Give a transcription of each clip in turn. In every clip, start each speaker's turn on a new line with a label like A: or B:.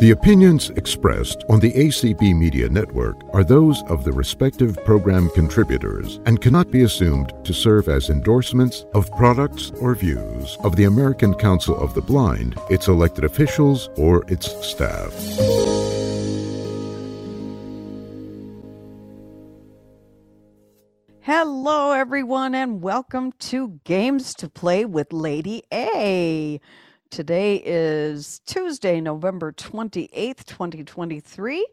A: The opinions expressed on the ACB Media Network are those of the respective program contributors and cannot be assumed to serve as endorsements of products or views of the American Council of the Blind, its elected officials, or its staff.
B: Hello, everyone, and welcome to Games to Play with Lady A. Today is Tuesday, November 28th, 2023.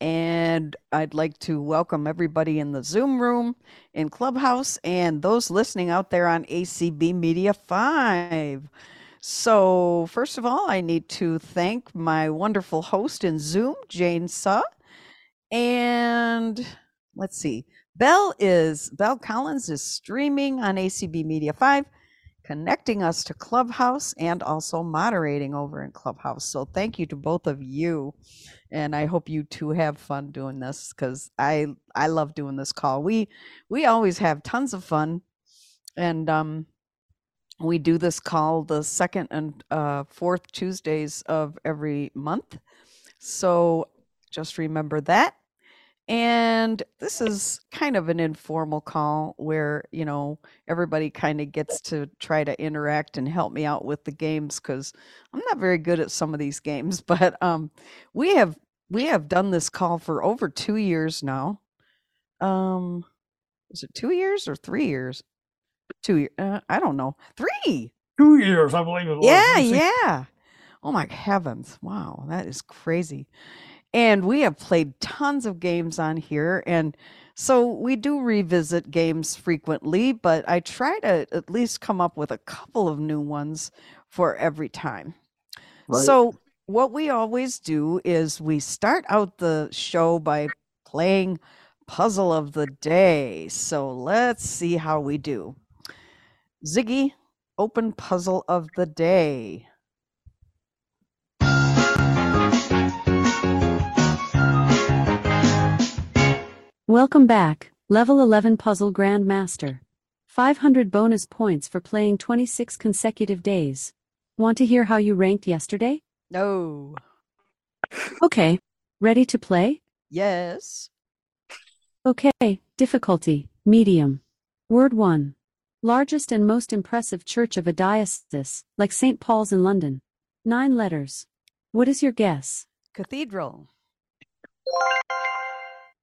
B: And I'd like to welcome everybody in the Zoom room, in Clubhouse, and those listening out there on ACB Media 5. So, first of all, I need to thank my wonderful host in Zoom, Jane Suh. And let's see, Bell is, Bell Collins is streaming on ACB Media 5 connecting us to Clubhouse and also moderating over in Clubhouse. So thank you to both of you. And I hope you two have fun doing this because I I love doing this call. We we always have tons of fun. And um we do this call the second and uh, fourth Tuesdays of every month. So just remember that. And this is kind of an informal call where, you know, everybody kind of gets to try to interact and help me out with the games cuz I'm not very good at some of these games, but um we have we have done this call for over 2 years now. Um is it 2 years or 3 years? 2 year, uh, I don't know. 3.
C: two years, I believe it was.
B: Yeah,
C: Let's see.
B: yeah. Oh my heavens. Wow, that is crazy. And we have played tons of games on here. And so we do revisit games frequently, but I try to at least come up with a couple of new ones for every time.
C: Right.
B: So, what we always do is we start out the show by playing Puzzle of the Day. So, let's see how we do. Ziggy, open Puzzle of the Day.
D: Welcome back, Level 11 Puzzle Grandmaster. 500 bonus points for playing 26 consecutive days. Want to hear how you ranked yesterday?
B: No.
D: Okay. Ready to play?
B: Yes.
D: Okay, difficulty, medium. Word 1. Largest and most impressive church of a diocese, like St. Paul's in London. Nine letters. What is your guess?
B: Cathedral.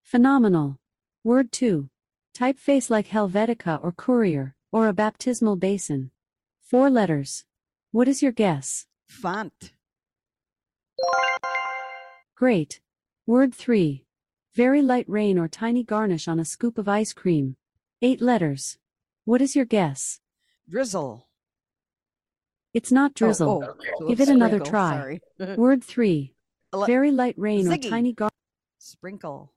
D: Phenomenal. Word 2. Typeface like Helvetica or Courier, or a baptismal basin. Four letters. What is your guess?
B: Font.
D: Great. Word 3. Very light rain or tiny garnish on a scoop of ice cream. Eight letters. What is your guess?
B: Drizzle.
D: It's not
B: Oh,
D: drizzle.
B: oh, so
D: Give
B: it's
D: it another
B: sprinkle,
D: try.
B: Sorry.
D: Word 3.
B: Ele-
D: Very light rain or
B: Ziggy.
D: tiny garnish.
B: Sprinkle.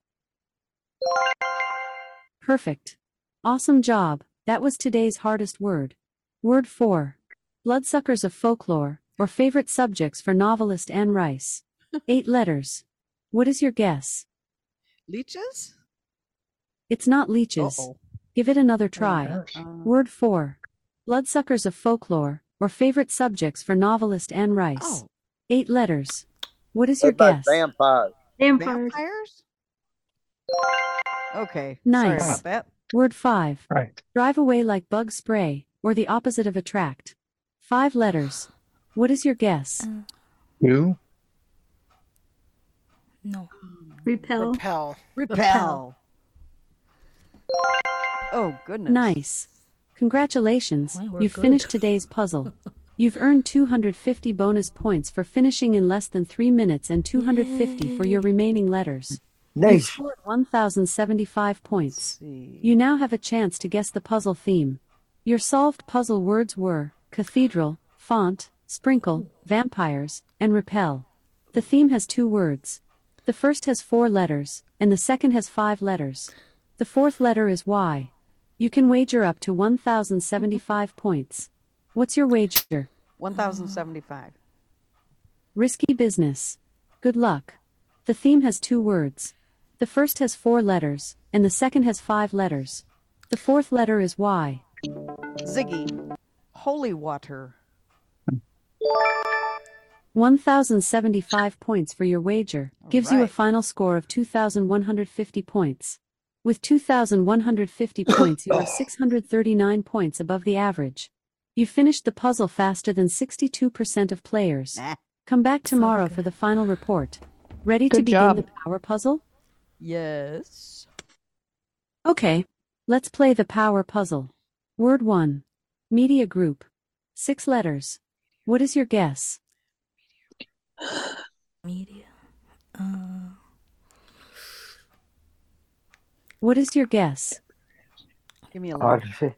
D: Perfect. Awesome job. That was today's hardest word. Word 4. Bloodsuckers of folklore, or favorite subjects for novelist Anne Rice. Eight letters. What is your guess?
B: Leeches?
D: It's not leeches.
B: Uh-oh.
D: Give it another try.
C: gosh.
B: Uh,
D: Word 4. Bloodsuckers of folklore, or favorite subjects for novelist Anne Rice.
B: oh,
D: Eight letters. What is your
E: What about
D: guess?
E: vampires?
F: Vampires.
B: vampires? Okay.
D: Nice.
B: Sorry about that.
D: Word 5.
C: Right.
D: Drive away like bug spray, or the opposite of attract. Five letters. What is your guess?
G: Uh,
C: You?
G: No.
F: Repel.
H: Repel.
B: Repel. Oh, goodness.
D: Nice. Congratulations,
G: Why, we're
D: you've
G: good.
D: finished today's puzzle. You've earned 250 bonus points for finishing in less than 3 minutes and 250 for your remaining letters. You've
E: Nice.
D: scored 1075
B: Let's
D: points.
B: see.
D: You now have a chance to guess the puzzle theme. Your solved puzzle words were cathedral, font, sprinkle, vampires, and repel. The theme has two words. The first has four letters, and the second has five letters. The fourth letter is Y. You can wager up to 1,075 points. What's your wager?
B: 1,075.
D: Risky business. Good luck. The theme has two words. The first has four letters, and the second has five letters. The fourth letter is Y.
B: Ziggy. Holy water.
D: 1,075 points for your wager gives you a
B: right.
D: final score of 2,150 points. With 2,150 points, you are 639 points above the average. You finished the puzzle faster than 62% of players.
B: Nah.
D: Come back tomorrow for the final report. Ready to
E: Good
D: begin
E: job.
D: the power puzzle?
B: Yes.
D: Okay, let's play the power puzzle. Word 1. Media group. Six letters. What is your guess?
F: Media. Uh,
D: What is your guess?
B: Give me a letter.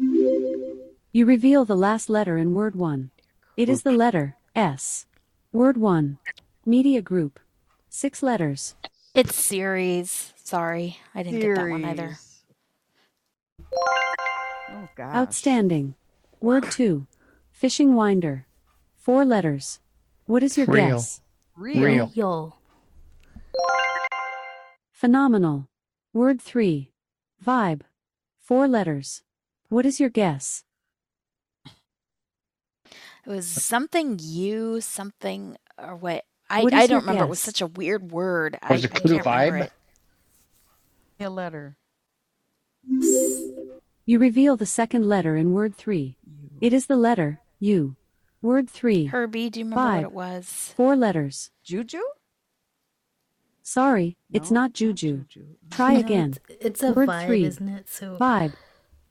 E: Arfe.
D: You reveal the last letter in word 1. It is the letter S. Word 1. Media group. Six letters.
F: it's series. Sorry, I didn't get that one either.
B: Theories. Oh, gosh.
D: Outstanding. Word 2. Fishing winder. Four letters. What is your
C: Real.
D: guess?
B: Real.
C: Real.
F: Yo.
D: Phenomenal. Word 3. Vibe. Four letters. What is your guess?
F: It was something you, something, or what? I,
D: What
F: I
D: is your
F: don't remember. It was
D: guess?
F: such a weird word.
C: Was
F: I,
C: it
F: I
C: clue
F: can't remember
C: vibe?
F: it.
B: Give me a letter.
D: You reveal the second letter in word 3. It is the letter U. Word 3.
F: Herbie, do you remember
D: Vibe.
F: what it was?
D: Four letters.
B: Juju?
D: Sorry, it's
B: No,
D: not juju.
B: Juju.
D: Try again.
G: It's a
D: Word
G: vibe,
D: three.
G: isn't it? So
D: Vibe.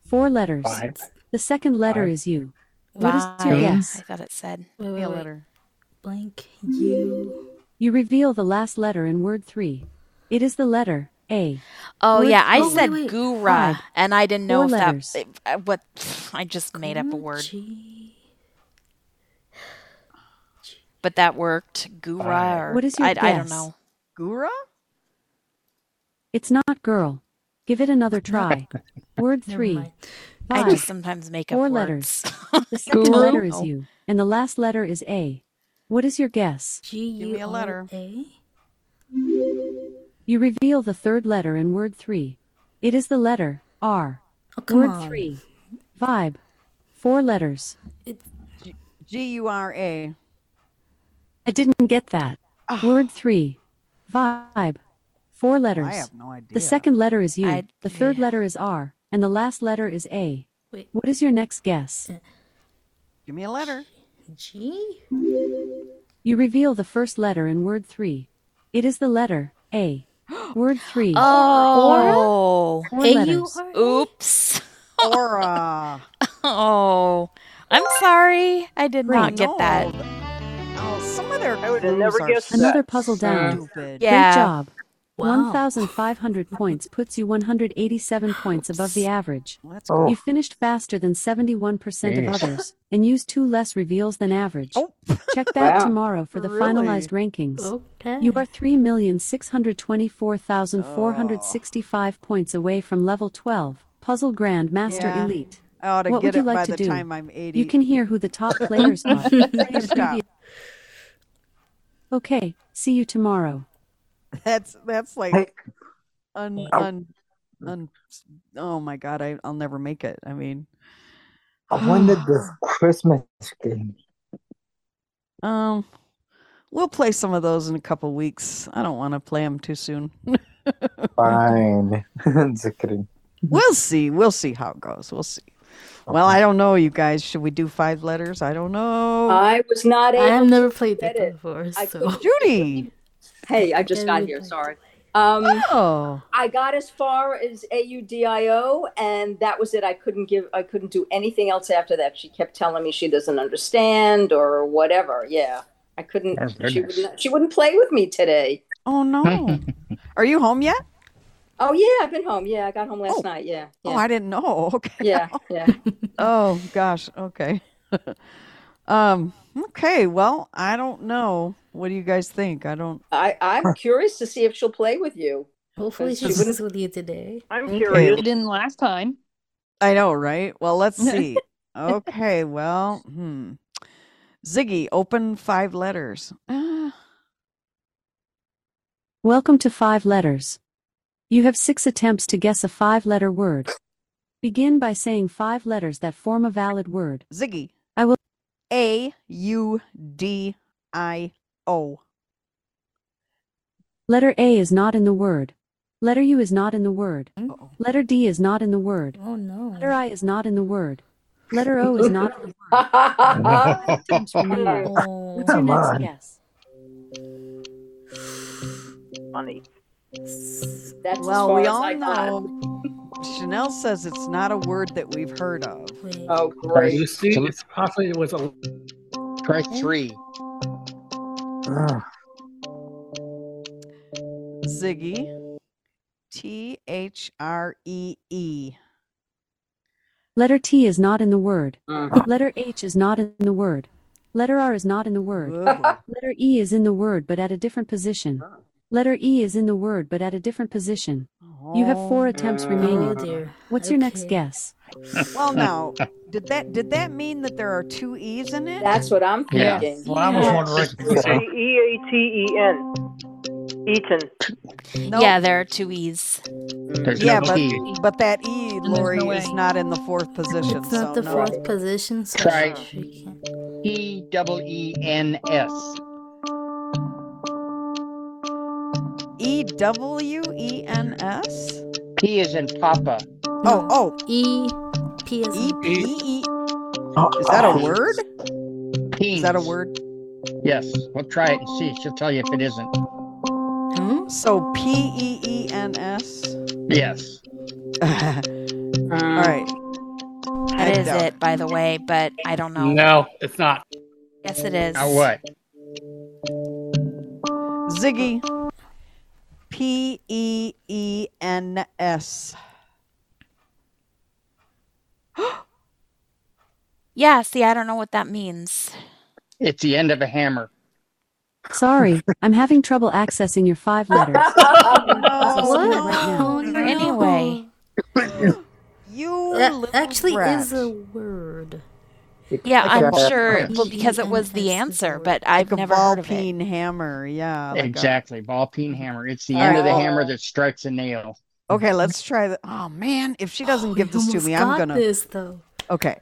D: Four letters.
C: Vibe.
D: The second letter
C: Vibe.
D: is U. What is your
F: Vibe.
D: guess?
F: I thought it said.
G: wait,
B: Give
G: wait,
B: me a
G: wait.
B: letter.
G: blank you.
D: You reveal the last letter in word 3. It is the letter A.
F: Oh
D: Word-
F: yeah, I
G: oh, wait,
F: said
G: wait.
F: gura,
D: Vibe.
F: and I didn't know
D: Four
F: if
D: letters.
F: that if- uh, what I just made up a word,
G: G.
F: but that worked. Gura.
C: Vibe.
F: Or,
D: What is your
F: I, I don't
D: guess?
F: know.
B: Gura?
D: It's not girl. Give it another try. Word
G: Never
D: 3.
G: mind.
F: I just
D: Vibe.
F: sometimes make up
D: Four
F: words.
D: The second
E: Guru?
D: letter is
F: No.
D: U, and the last letter is A. What is your guess?
G: G
B: Give me
G: U
B: a
G: R
B: letter.
G: A.
D: You reveal the third letter in word 3. It is the letter R.
G: Oh, come
D: word
G: on.
D: 3. Vibe. Four letters.
G: It's
B: G U R A.
D: I didn't get that. Word 3. Vibe. Four letters.
B: I have no idea.
D: The second letter is U,
F: I-
D: the third letter is R, and the last letter is A.
G: wait.
D: What is your next guess?
B: Give me a letter.
G: G.
D: You reveal the first letter in word 3. It is the letter A. Word 3.
F: Oh,
D: Four
G: A U
D: letters.
G: R.
F: oops.
B: Aura.
F: Oh, I'm sorry. I did not get that.
B: Oh, some of their
E: I would've never guessed that.
D: Another puzzle down.
B: stupid.
F: Yeah.
D: Great job.
G: Wow.
D: 1,500 points puts you 187 points above the average.
B: Let's
C: Oh,
D: You finished faster than 71% of
C: Jeez.
D: others and used two less reveals than average.
B: Oh.
D: Check back
E: Wow.
D: tomorrow for the
B: Really?
D: finalized rankings.
G: Okay.
D: You are 3,624,465 points away from level 12, Puzzle Grand Master
B: Yeah.
D: Elite.
B: I ought to
D: What
B: get
D: would you
B: it
D: like
B: by
D: to
B: the
D: do?
B: time I'm 80.
D: You can hear who the top players are.
B: Stop.
D: okay, see you tomorrow.
B: That's that's like
E: Hey.
B: un,
E: Ow.
B: un, un, oh my god, I, I'll never make it. I mean,
E: I wanted this Christmas game.
B: um, we'll play some of those in a couple weeks. I don't want to play them too soon.
E: Fine. Just kidding.
B: we'll see. We'll see how it goes. We'll see. Well, I don't know, you guys. Should we do five letters? I don't know.
H: I was not
G: I have
H: able.
G: never played
H: get
G: that
H: it.
G: before,
H: I
G: so
H: couldn't-
B: Judy.
H: Hey, I just got here. Sorry. Um,
B: Oh,
H: I got as far as AUDIO, and that was it. I couldn't give. I couldn't do anything else after that. She kept telling me she doesn't understand or whatever. Yeah, I couldn't.
C: Oh,
H: she,
C: goodness.
H: would not, she wouldn't play with me today.
B: oh no. Are you home yet?
H: Oh yeah, I've been home. Yeah, I got home last
B: Oh.
H: night. Yeah.
B: Oh,
H: Yeah.
B: I didn't know. Okay.
H: yeah, yeah.
B: Oh gosh. Okay. um. Okay. Well, I don't know. What do you guys think? I don't.
H: I, I'm curious to see if she'll play with you.
G: hopefully she
H: She wouldn't-
G: was with you today.
E: I'm
B: curious.
E: curious.
B: It
E: It
B: didn't
E: didn't last time.
B: I know, right? Well, let's see. okay. Well, hmm. Ziggy, open five letters. Ah,
D: Welcome to Five Letters. You have six attempts to guess a five letter word. Begin by saying five letters that form a valid word.
B: Ziggy.
D: I will-
B: A U D I O.
D: Letter A is not in the word. Letter U is not in the word. Letter D is not in the word.
G: Oh no.
D: Letter I is not in the word. Letter O is not Ah, in the word.
H: Uh,
D: Attempts remaining.
G: Oh,
D: What's your
E: Come
D: next
E: on.
D: guess?
H: Funny. That's as
B: Well,
H: far
B: we
H: as
B: all
H: I got.
B: know Chanel says it's not a word that we've heard of.
G: wait.
H: Oh,
C: Right.
H: great.
C: You see, it's possibly it was a
I: Try three.
E: Ugh.
B: Ziggy. T H R E E.
D: Letter T is not in the word.
H: Mm.
D: Letter H is not in the word. Letter R is not in the word.
B: Good one.
D: Letter E is in the word but at a different position. Letter E is in the word but at a different position. You have four
B: Oh.
D: attempts
G: Oh
D: remaining.
G: dear.
D: What's your next
G: Okay.
D: guess?
B: Well, now, did that did that mean that there are two e's in it?
H: That's what I'm
I: Yeah.
H: thinking.
C: Well, I was wondering.
J: E A T E N. Eaton.
B: no,
F: Yeah, there are two E's.
I: There's
B: yeah,
I: no
B: but
I: T.
B: but that e,
J: there's
B: Lori,
J: no
B: is
J: A.
B: not in the fourth position.
G: It's not
B: so
G: the
B: no.
G: fourth position, so
I: Try.
G: she can't.
I: E double E N S.
B: E W E N S.
I: P is in Papa.
B: Oh, oh,
G: E P is
B: E P E.
E: Oh,
B: Is that a
E: oh.
B: word?
I: P.
B: Is that a word?
I: Yes. We'll try it and see. She'll tell you if it isn't.
G: Hmm?
B: So P E E N S.
I: Yes.
B: All right.
F: That is
B: Edgar.
F: it, by the way, but I don't know.
J: No, it's not.
F: Yes, it is.
I: Now what?
B: Ziggy. P E E N S.
F: Yeah, see, I don't know what that means.
I: It's the end of a hammer.
D: Sorry, I'm having trouble accessing your five letters.
B: Oh,
D: right now.
G: Oh, no.
F: Anyway.
B: You
G: That
B: little
G: actually is
B: brat.
G: a word.
F: Yeah,
E: Like
F: I'm
E: a-
F: sure well, because it was the
G: EENS is the
F: answer,
G: word.
F: but I've
B: like a
F: never
B: ball
F: heard of it.
B: peen hammer. Yeah. like uh, a-
I: exactly. Ball peen hammer. It's the
B: All
I: end of the
H: right.
I: hammer that strikes a nail.
B: okay, let's try the. Oh man, if she doesn't
G: Oh,
B: give
G: you
B: this to
G: almost
B: me, I'm
G: got
B: gonna.
G: this though.
B: Okay.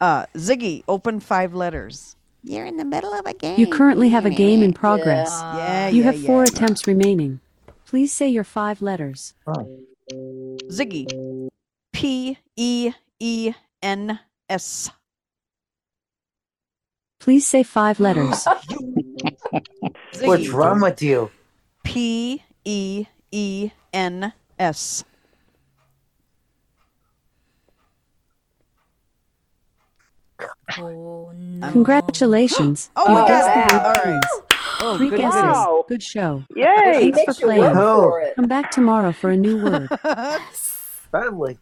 B: Uh, Ziggy, open five letters. You're in the middle of a game.
D: You currently have a game in progress.
B: Yeah,
D: You
B: yeah,
D: have four
B: yeah.
D: attempts remaining. Please say your five letters.
B: Ziggy. P E E N S.
D: Please say five letters.
E: What's wrong with you?
B: P E E N S.
G: Oh no.
D: Congratulations.
B: Oh, my
H: Oh,
B: God.
H: wow.
B: All right. Oh,
D: Three
B: good
D: guesses.
B: goodness.
J: Wow.
D: Good show.
H: He
J: Yay!
D: Thanks for
H: makes you
D: playing.
H: work for it.
D: Come back tomorrow for a new word.
E: Probably.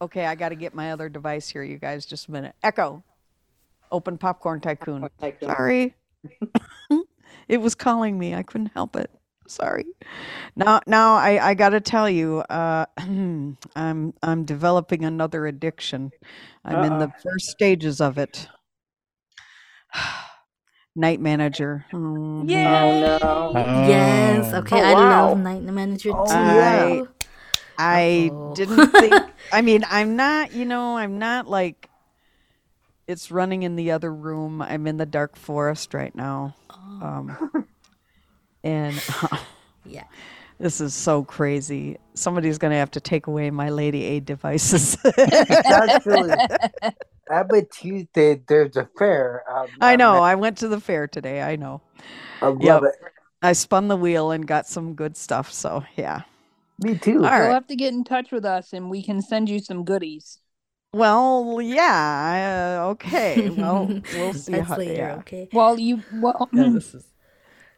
B: okay, I got to get my other device here, you guys. Just a minute. Echo. Open Popcorn Tycoon.
H: Like,
B: Sorry. it was calling me. I couldn't help it. Sorry. Now now I, I gotta tell you, uh, I'm I'm developing another addiction. I'm in the first stages of it. Night manager. Mhm.
H: Oh no.
G: Yes. Okay.
J: Oh,
G: I love
J: wow.
G: Night Manager too.
E: Oh, yeah.
B: I
G: Uh-oh.
B: didn't think I mean I'm not, you know, I'm not like it's running in the other room. I'm in the dark forest right now. Um, and
G: Oh. Yeah.
B: This is so crazy. Somebody's going to have to take away my Lady A devices.
E: Actually, I bet Tuesday there's a fair. Um,
B: I know.
E: I,
B: I went to the fair today. I know.
E: I love
B: Yep.
E: it.
B: I spun the wheel and got some good stuff. So, yeah.
E: Me too.
B: All
J: You'll
B: right.
J: have to get in touch with us and we can send you some goodies.
B: Well, yeah. I, Uh, okay. Well, we'll see
G: That's
B: how.
G: later.
B: yeah.
G: Okay.
J: Well, you, well, hmm.
C: Yeah, this is.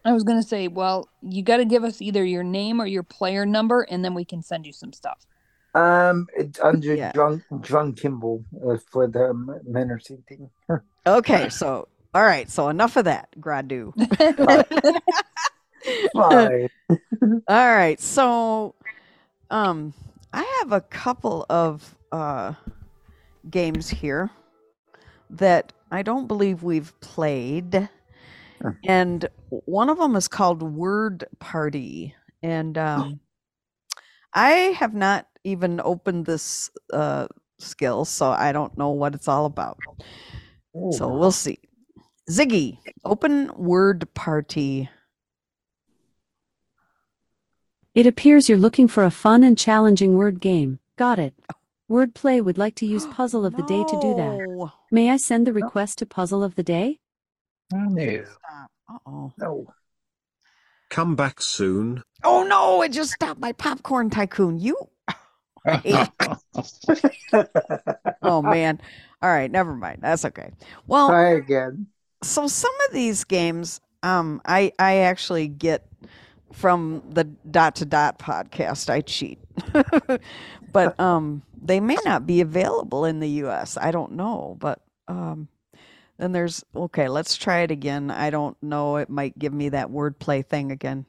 J: I was going to say, well, you got to give us either your name or your player number and then we can send you some stuff.
E: Um, it's under
B: Yeah.
E: drunk drunk Kimball uh, for the m- menacing thing.
B: Okay. So, all right. So, enough of that, Gradu.
E: Fine.
B: All right. So, um, I have a couple of uh, games here that I don't believe we've played,
E: Sure.
B: and one of them is called Word Party, and um, I have not even opened this uh, skill, so I don't know what it's all about. So we'll see. Ziggy, open word party.
D: It appears you're looking for a fun and challenging word game. Got it. Wordplay would like to use Puzzle of the Day to do that. May I send the request to Puzzle of the Day?
I: No.
B: Uh-oh.
I: No.
K: Come back soon.
B: Oh no, it just stopped my popcorn tycoon. You I hate you. Oh man. All right, never mind. That's okay. Well
E: Try again.
B: so some of these games um I I actually get from the dot to dot podcast. I cheat. but um they may not be available in the US. I don't know, but um then there's okay, let's try it again. I don't know, it might give me that wordplay thing again.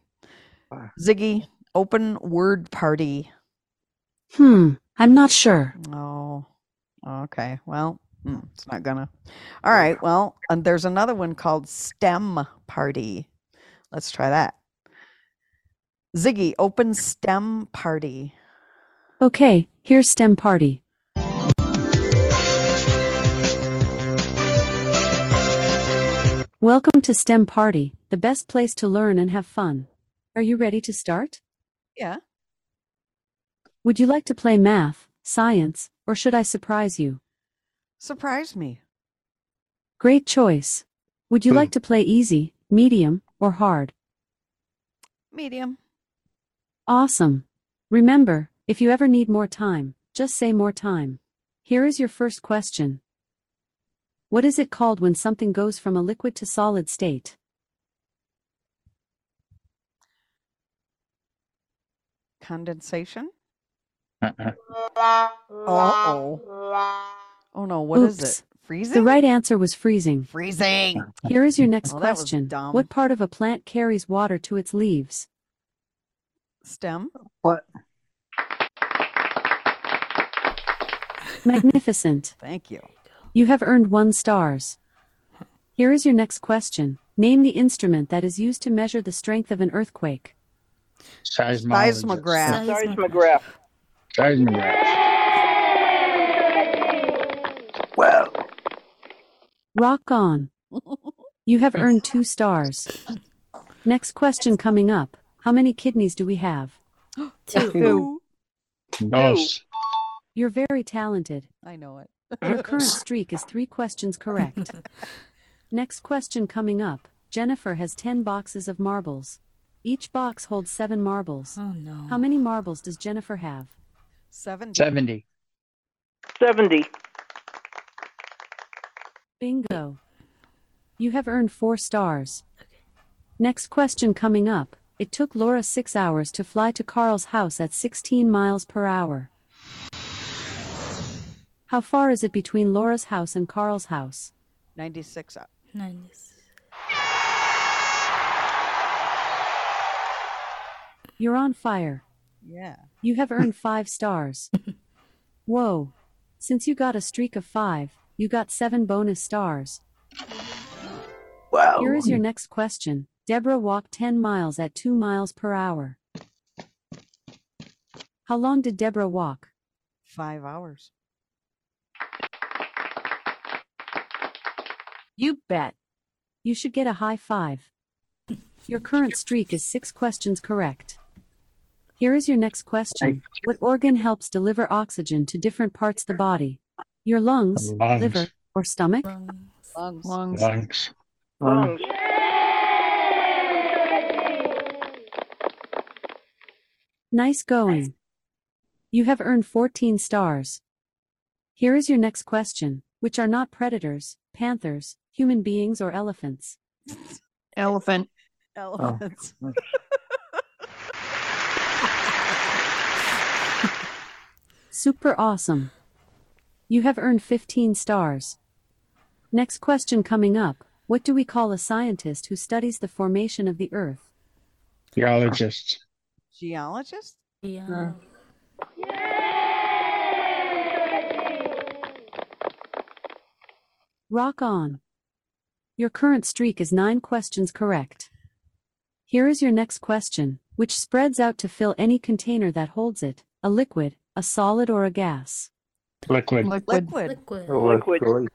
B: Ziggy, open word party.
D: Hmm, I'm not sure.
B: Oh, okay. Well, mm, it's not gonna. All right. Well, and there's another one called STEM Party. Let's try that. Ziggy, open STEM Party.
D: Okay, here's STEM Party. Welcome to STEM Party, the best place to learn and have fun. Are you ready to start?
B: Yeah.
D: Would you like to play math, science, or should I surprise you?
B: Surprise me.
D: Great choice. Would you like to play easy, medium, or hard?
B: Medium.
D: Awesome. Remember, if you ever need more time, just say more time. Here is your first question What is it called when something goes from a liquid to solid state?
B: Condensation.
I: Uh-uh.
B: Oh. Oh no. What is
D: Oops.
B: it? Freezing.
D: The right answer was freezing.
B: Freezing.
D: Here is your next
B: Well, that was
D: question
B: dumb.
D: What part of a plant carries water to its leaves?
B: STEM.
E: What?
D: Magnificent.
B: Thank you.
D: You have earned one stars. Here is your next question. Name the instrument that is used to measure the strength of an earthquake.
I: Seismologist.
B: Seismograph.
G: Seismograph.
I: Seismograph.
E: Well,
D: Rock on. You have earned two stars. Next question coming up. How many kidneys do we have?
G: Two.
B: Ooh,
I: Dos.
D: You're very talented.
B: I know it.
D: Your current streak is three questions correct. Next question coming up. Jennifer has 10 boxes of marbles. Each box holds seven marbles.
G: Oh
D: How
G: no.
D: many marbles does Jennifer have?
B: Seven.
I: 70.
D: Bingo. You have earned four stars. Next question coming up. It took Laura six hours to fly to Carl's house at 16 miles per hour. How far is it between Laura's house and Carl's house?
B: Ninety-six. uh, Up.
G: Nice.
D: You're on fire.
B: Yeah.
D: You have earned five stars. Whoa. Since you got a streak of five, you got seven bonus stars.
E: well.
D: Here is your next question. Deborah walked 10 miles at 2 miles per hour. How long did Deborah walk?
B: Five hours.
D: You bet. You should get a high five. Your current streak is six questions correct. Here is your next question. What organ helps deliver oxygen to different parts of the body? Your lungs,
I: Lungs.
D: liver, or stomach?
G: Wrong.
B: Lungs.
J: Lungs.
I: Lungs.
E: Um,
D: Nice going. You have earned 14 stars. Here is your next question, which are not predators, panthers, human beings, or elephants.
J: Elephant.
B: Elephants.
D: Super awesome. You have earned 15 stars. Next question coming up What do we call a scientist who studies the formation of the earth?
I: Geologists.
B: Geologist.
G: Yeah.
D: Rock on. Your current streak is nine questions correct. Here is your next question, which spreads out to fill any container that holds it a liquid, a solid, or a gas.
I: Liquid.
J: Liquid.
B: Liquid.
G: Liquid.
E: liquid.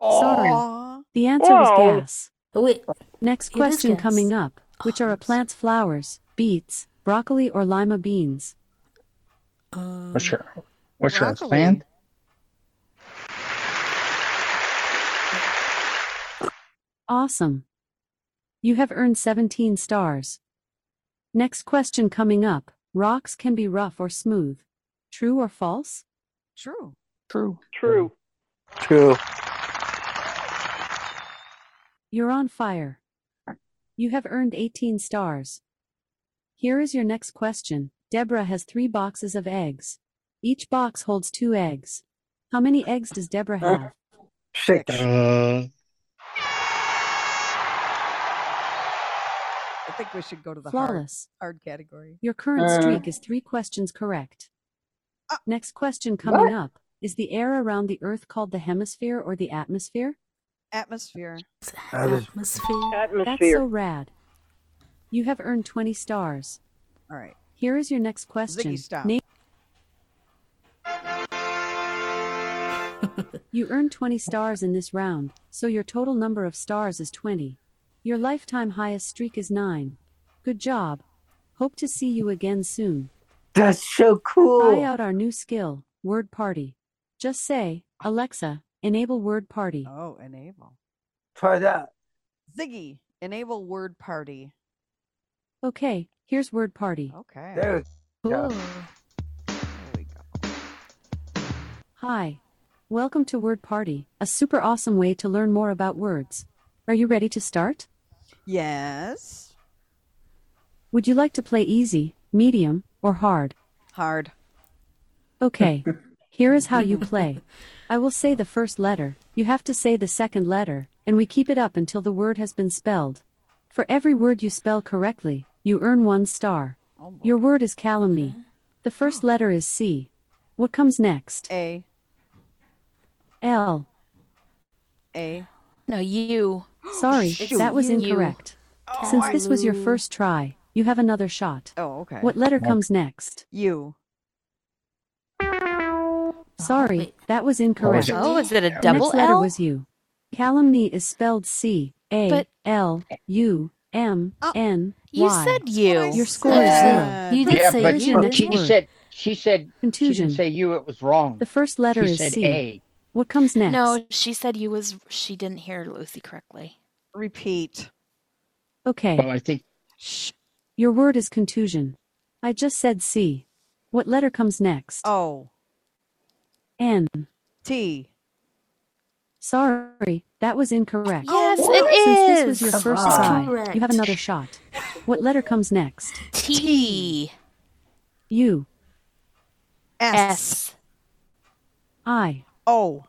D: Sorry.
B: Aw.
D: The answer was
L: Wow.
D: gas.
L: Wait.
D: Next
L: It is
D: question
L: gas.
D: coming up, which are a plant's flowers, beets, broccoli, or lima beans?
B: Mm.
I: What's your what's your
D: broccoli.
I: plant?
D: Awesome. You have earned 17 stars. Next question coming up, rocks can be rough or smooth. True or false?
B: True.
J: True.
G: True.
E: True.
D: You're on fire. You have earned 18 stars. Here is your next question. Deborah has three boxes of eggs. Each box holds two eggs. How many eggs does Deborah have?
E: Six.
I: Uh,
B: I think we should go to the
D: Flawless.
B: hard, hard category.
D: Your current
B: Uh,
D: streak is three questions correct. Next question coming up is the air around the Earth called the hemisphere or the atmosphere?
B: Atmosphere.
D: Atmosphere. That's
B: Atmosphere.
D: so rad. You have earned 20 stars.
B: All right.
D: Here is your next question.
B: stop.
D: you earned 20 stars in this round, so your total number of stars is 20. Your lifetime highest streak is 9. Good job. Hope to see you again soon.
E: That's so cool.
D: Try out our new skill, Word Party. Just say, Alexa, enable Word Party.
B: Oh, enable.
E: Try that.
B: Ziggy, enable word party.
D: Okay, here's Word Party.
B: Okay.
E: There.
D: Cool. Hi. Welcome to Word Party, a super awesome way to learn more about words. Are you ready to start?
B: Yes.
D: Would you like to play easy, medium, or hard?
B: Hard.
D: Okay. Here is how you play. I will say the first letter, you have to say the second letter, and we keep it up until the word has been spelled. For every word you spell correctly, you earn one star. Your word is calumny. The first letter is C. What comes next?
B: A.
D: L.
B: A.
F: No, you.
D: Sorry, that was
F: You.
D: incorrect. Since
F: I
D: this was your
F: blew.
D: first try, you have another shot.
B: Oh, okay.
D: What letter comes next?
B: You.
D: Oh, Sorry, that was incorrect.
F: it? Oh, is it a
D: Next
F: double
D: letter
F: L?
D: was you. Calumny is spelled C A
F: But- Oh,
D: L U M N Y.
F: You said you.
D: Your score is zero.
L: You did
I: yeah,
L: say
I: but
L: you, didn't
I: she
L: you?
I: said she said she
D: Contusion.
I: didn't say you. It was wrong.
D: The first letter
I: she
D: is
I: said
D: C.
I: A.
D: What comes next?
F: No, she said you was. She didn't hear Lucy correctly.
B: Repeat.
D: Okay.
I: Well, Oh, I think
D: Your word is contusion. I just said C. What letter comes next?
B: O.
D: N.
B: T.
D: Sorry, that was incorrect.
F: Yes,
I: Oh,
D: Since
F: it
D: this was
F: is.
D: your first
F: It's
D: try,
F: correct.
D: you have another shot. What letter comes next?
F: T
D: U
F: S
D: I
B: O.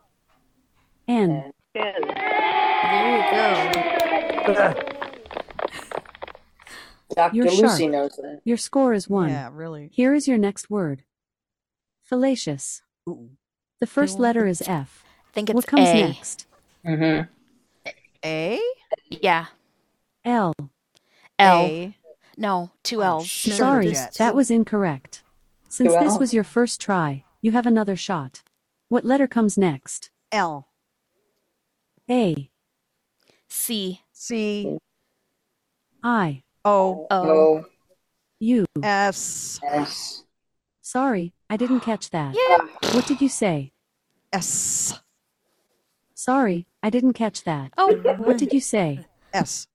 D: N.
H: Dr.
D: You're
H: Lucy
D: sharp.
H: knows that.
D: Your score is one.
B: Yeah, really.
D: Here is your next word. Fallacious. The first letter is F.
F: I think it's
D: What comes
F: A.
D: next?
B: A.
F: Yeah.
D: L.
F: L.
B: A. Oh,
F: No, two L's.
D: Sorry, that was incorrect. Since
F: Two
D: this
F: Ls.
D: was your first try, you have another shot. What letter comes next?
B: L.
D: A.
F: C
B: C.
D: I.
B: O.
F: O.
D: U.
B: S. S.
D: Sorry, I didn't catch that. What did you say?
B: S.
D: Sorry, I didn't catch that.
F: Oh.
D: What did you say?
B: S.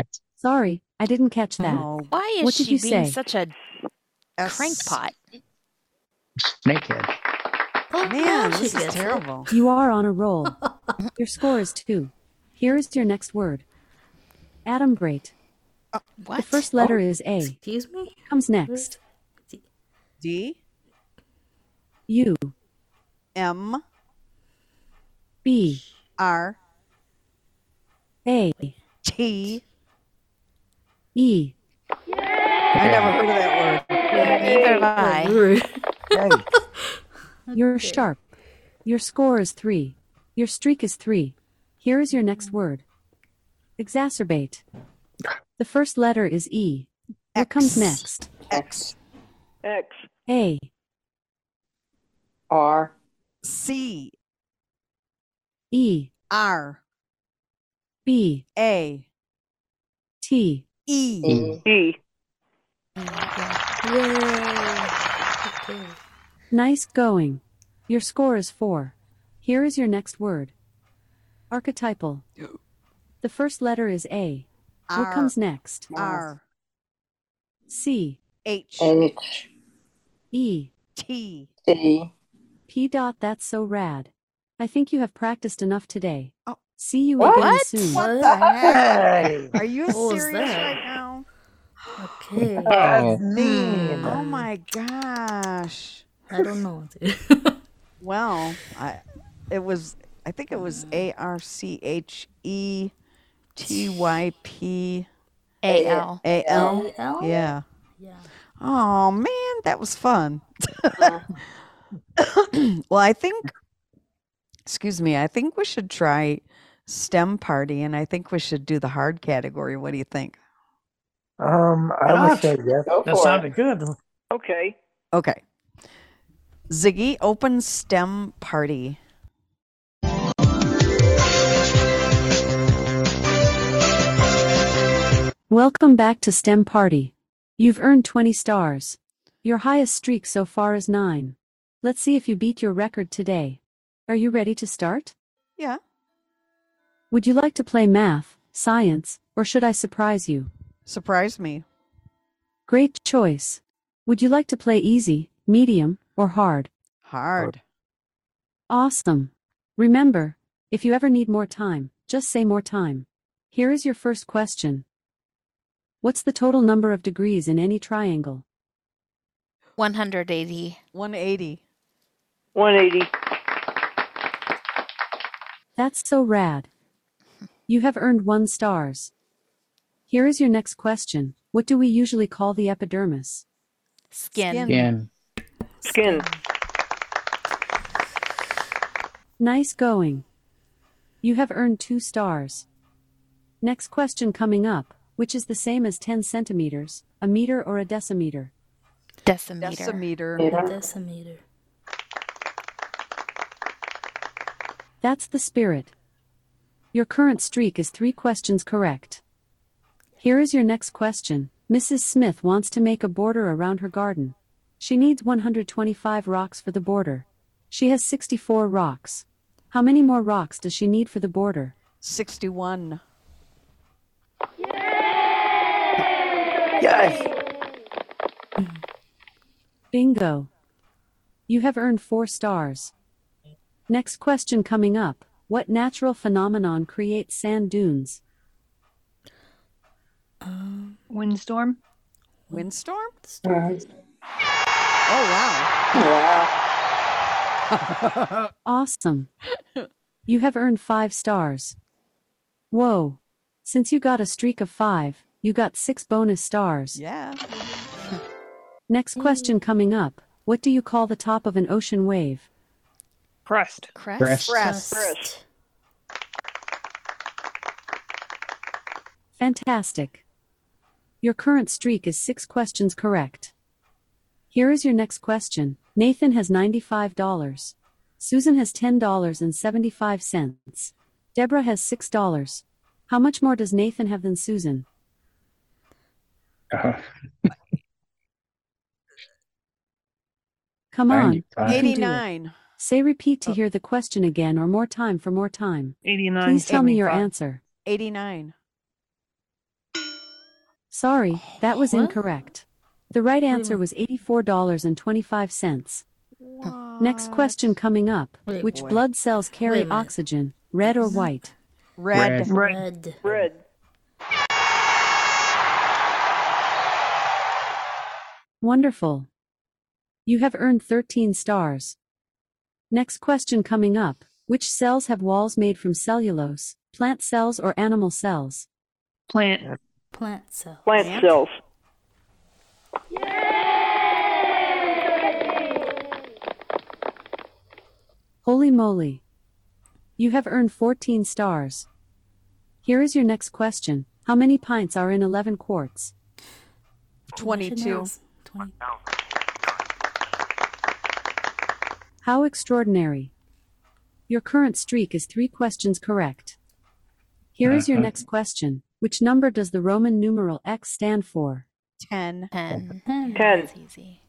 B: Oh.
D: Sorry, I didn't catch that.
F: Why is
D: what did
F: she
D: you
F: being
D: say?
F: such a crankpot?
I: snakehead.
F: Oh,
B: Man, this
F: gosh, she
B: is
F: gets it.
B: terrible.
D: You are on a roll. Your score is two. Here is your next word. Adumbrate.
B: Uh,
F: What?
D: The first
F: Oh,
D: letter is A.
L: Excuse me?
D: Comes next.
B: D.
D: U
B: M.
D: B
B: R.
D: A
B: T.
D: E.
B: I never heard of that word.
F: Neither have I.
D: You're sharp. Your score is three. Your streak is three. Here is your next word. Exacerbate. The first letter is E. What comes next?
B: X.
G: X.
D: A.
H: R.
B: C.
D: E.
B: R.
D: B
B: A
D: T
B: E
G: E.
D: Nice going. Your score is four. Here is your next word archetypal. The first letter is A. what
B: R.
D: comes next?
B: R
D: C.
B: H
E: H.
D: E.
B: T.
E: A.
D: P. Dot. That's so rad. I think you have practiced enough today. See you
B: What?
D: again
B: What?
D: soon.
B: Oh. What the heck? Are you
G: What was
B: serious
G: that?
B: right now?
G: Okay.
I: That's
G: mean.
B: Oh my gosh.
G: I don't know.
B: Well, I it was I think it was A R C H E T Y P
F: A L.
B: A L.
F: A L?
B: Yeah.
G: Yeah.
B: Oh man, that was fun. well, I think excuse me, I think we should try STEM party and I think we should do the hard category. What do you think?
E: Um, I
B: Enough.
E: would say yes.
B: Go
C: That
B: for
C: sounded good.
G: Okay.
B: Okay. Ziggy open STEM party.
D: Welcome back to STEM Party. You've earned 20 stars. Your highest streak so far is 9. Let's see if you beat your record today. Are you ready to start?
B: Yeah.
D: Would you like to play math, science, or should I surprise you?
B: Surprise me.
D: Great choice. Would you like to play easy, medium, or hard?
B: Hard.
D: Awesome. Remember, if you ever need more time, just say more time. Here is your first question What's the total number of degrees in any triangle?
F: 180.
B: 180.
G: 180.
D: That's so rad. You have earned one stars. Here is your next question What do we usually call the epidermis?
F: Skin.
I: Skin.
G: Skin.
D: Nice going. You have earned two stars. Next question coming up, which is the same as 10 centimeters, a meter or a decimeter?
F: Decimeter.
B: Decimeter.
G: Decimeter.
D: That's the spirit. Your current streak is three questions correct. Here is your next question. Mrs. Smith wants to make a border around her garden. She needs 125 rocks for the border. She has 64 rocks. How many more rocks does she need for the border?
B: 61.
E: Yes.
D: Bingo. You have earned four stars. Next question coming up What natural phenomenon creates sand dunes?
J: Windstorm.
B: Windstorm?
D: Awesome. You have earned five stars. Whoa. Since you got a streak of five, you got six bonus stars.
B: Yeah.
D: Next question coming up What do you call the top of an ocean wave?
G: Crest.
F: Crest.
B: Crest.
G: Crest.
D: Fantastic. Your current streak is six questions correct. Here is your next question Nathan has $95. Susan has $10.75. Deborah has $6. How much more does Nathan have than Susan?
I: Uh,
D: Come on. you can do it.
B: 89.
D: Say repeat to hear the question again or more time for more time.
J: 89.
D: Please tell me your
J: 75.
D: answer.
B: 89.
D: Sorry,
G: Oh,
D: that was incorrect. The right answer was $84.25. Next question coming up
G: Wait,
D: Which
G: what?
D: blood cells
G: Wait
D: carry
G: a minute.
D: oxygen, red or white?
B: Red.
G: Red. Red.
D: Wonderful. You have earned 13 stars. Next question coming up Which cells have walls made from cellulose, plant cells or animal cells?
J: Plant.
G: Plant cell.
B: Plant.
L: Plant cells.
D: Holy moly. You have earned 14 stars. Here is your next question How many pints are in 11 quarts?
B: 22.
D: How extraordinary. Your current streak is three questions correct. Here is your next question. Which number does the Roman numeral X stand for?
L: 10.
F: 10.
L: 10.
F: That's easy.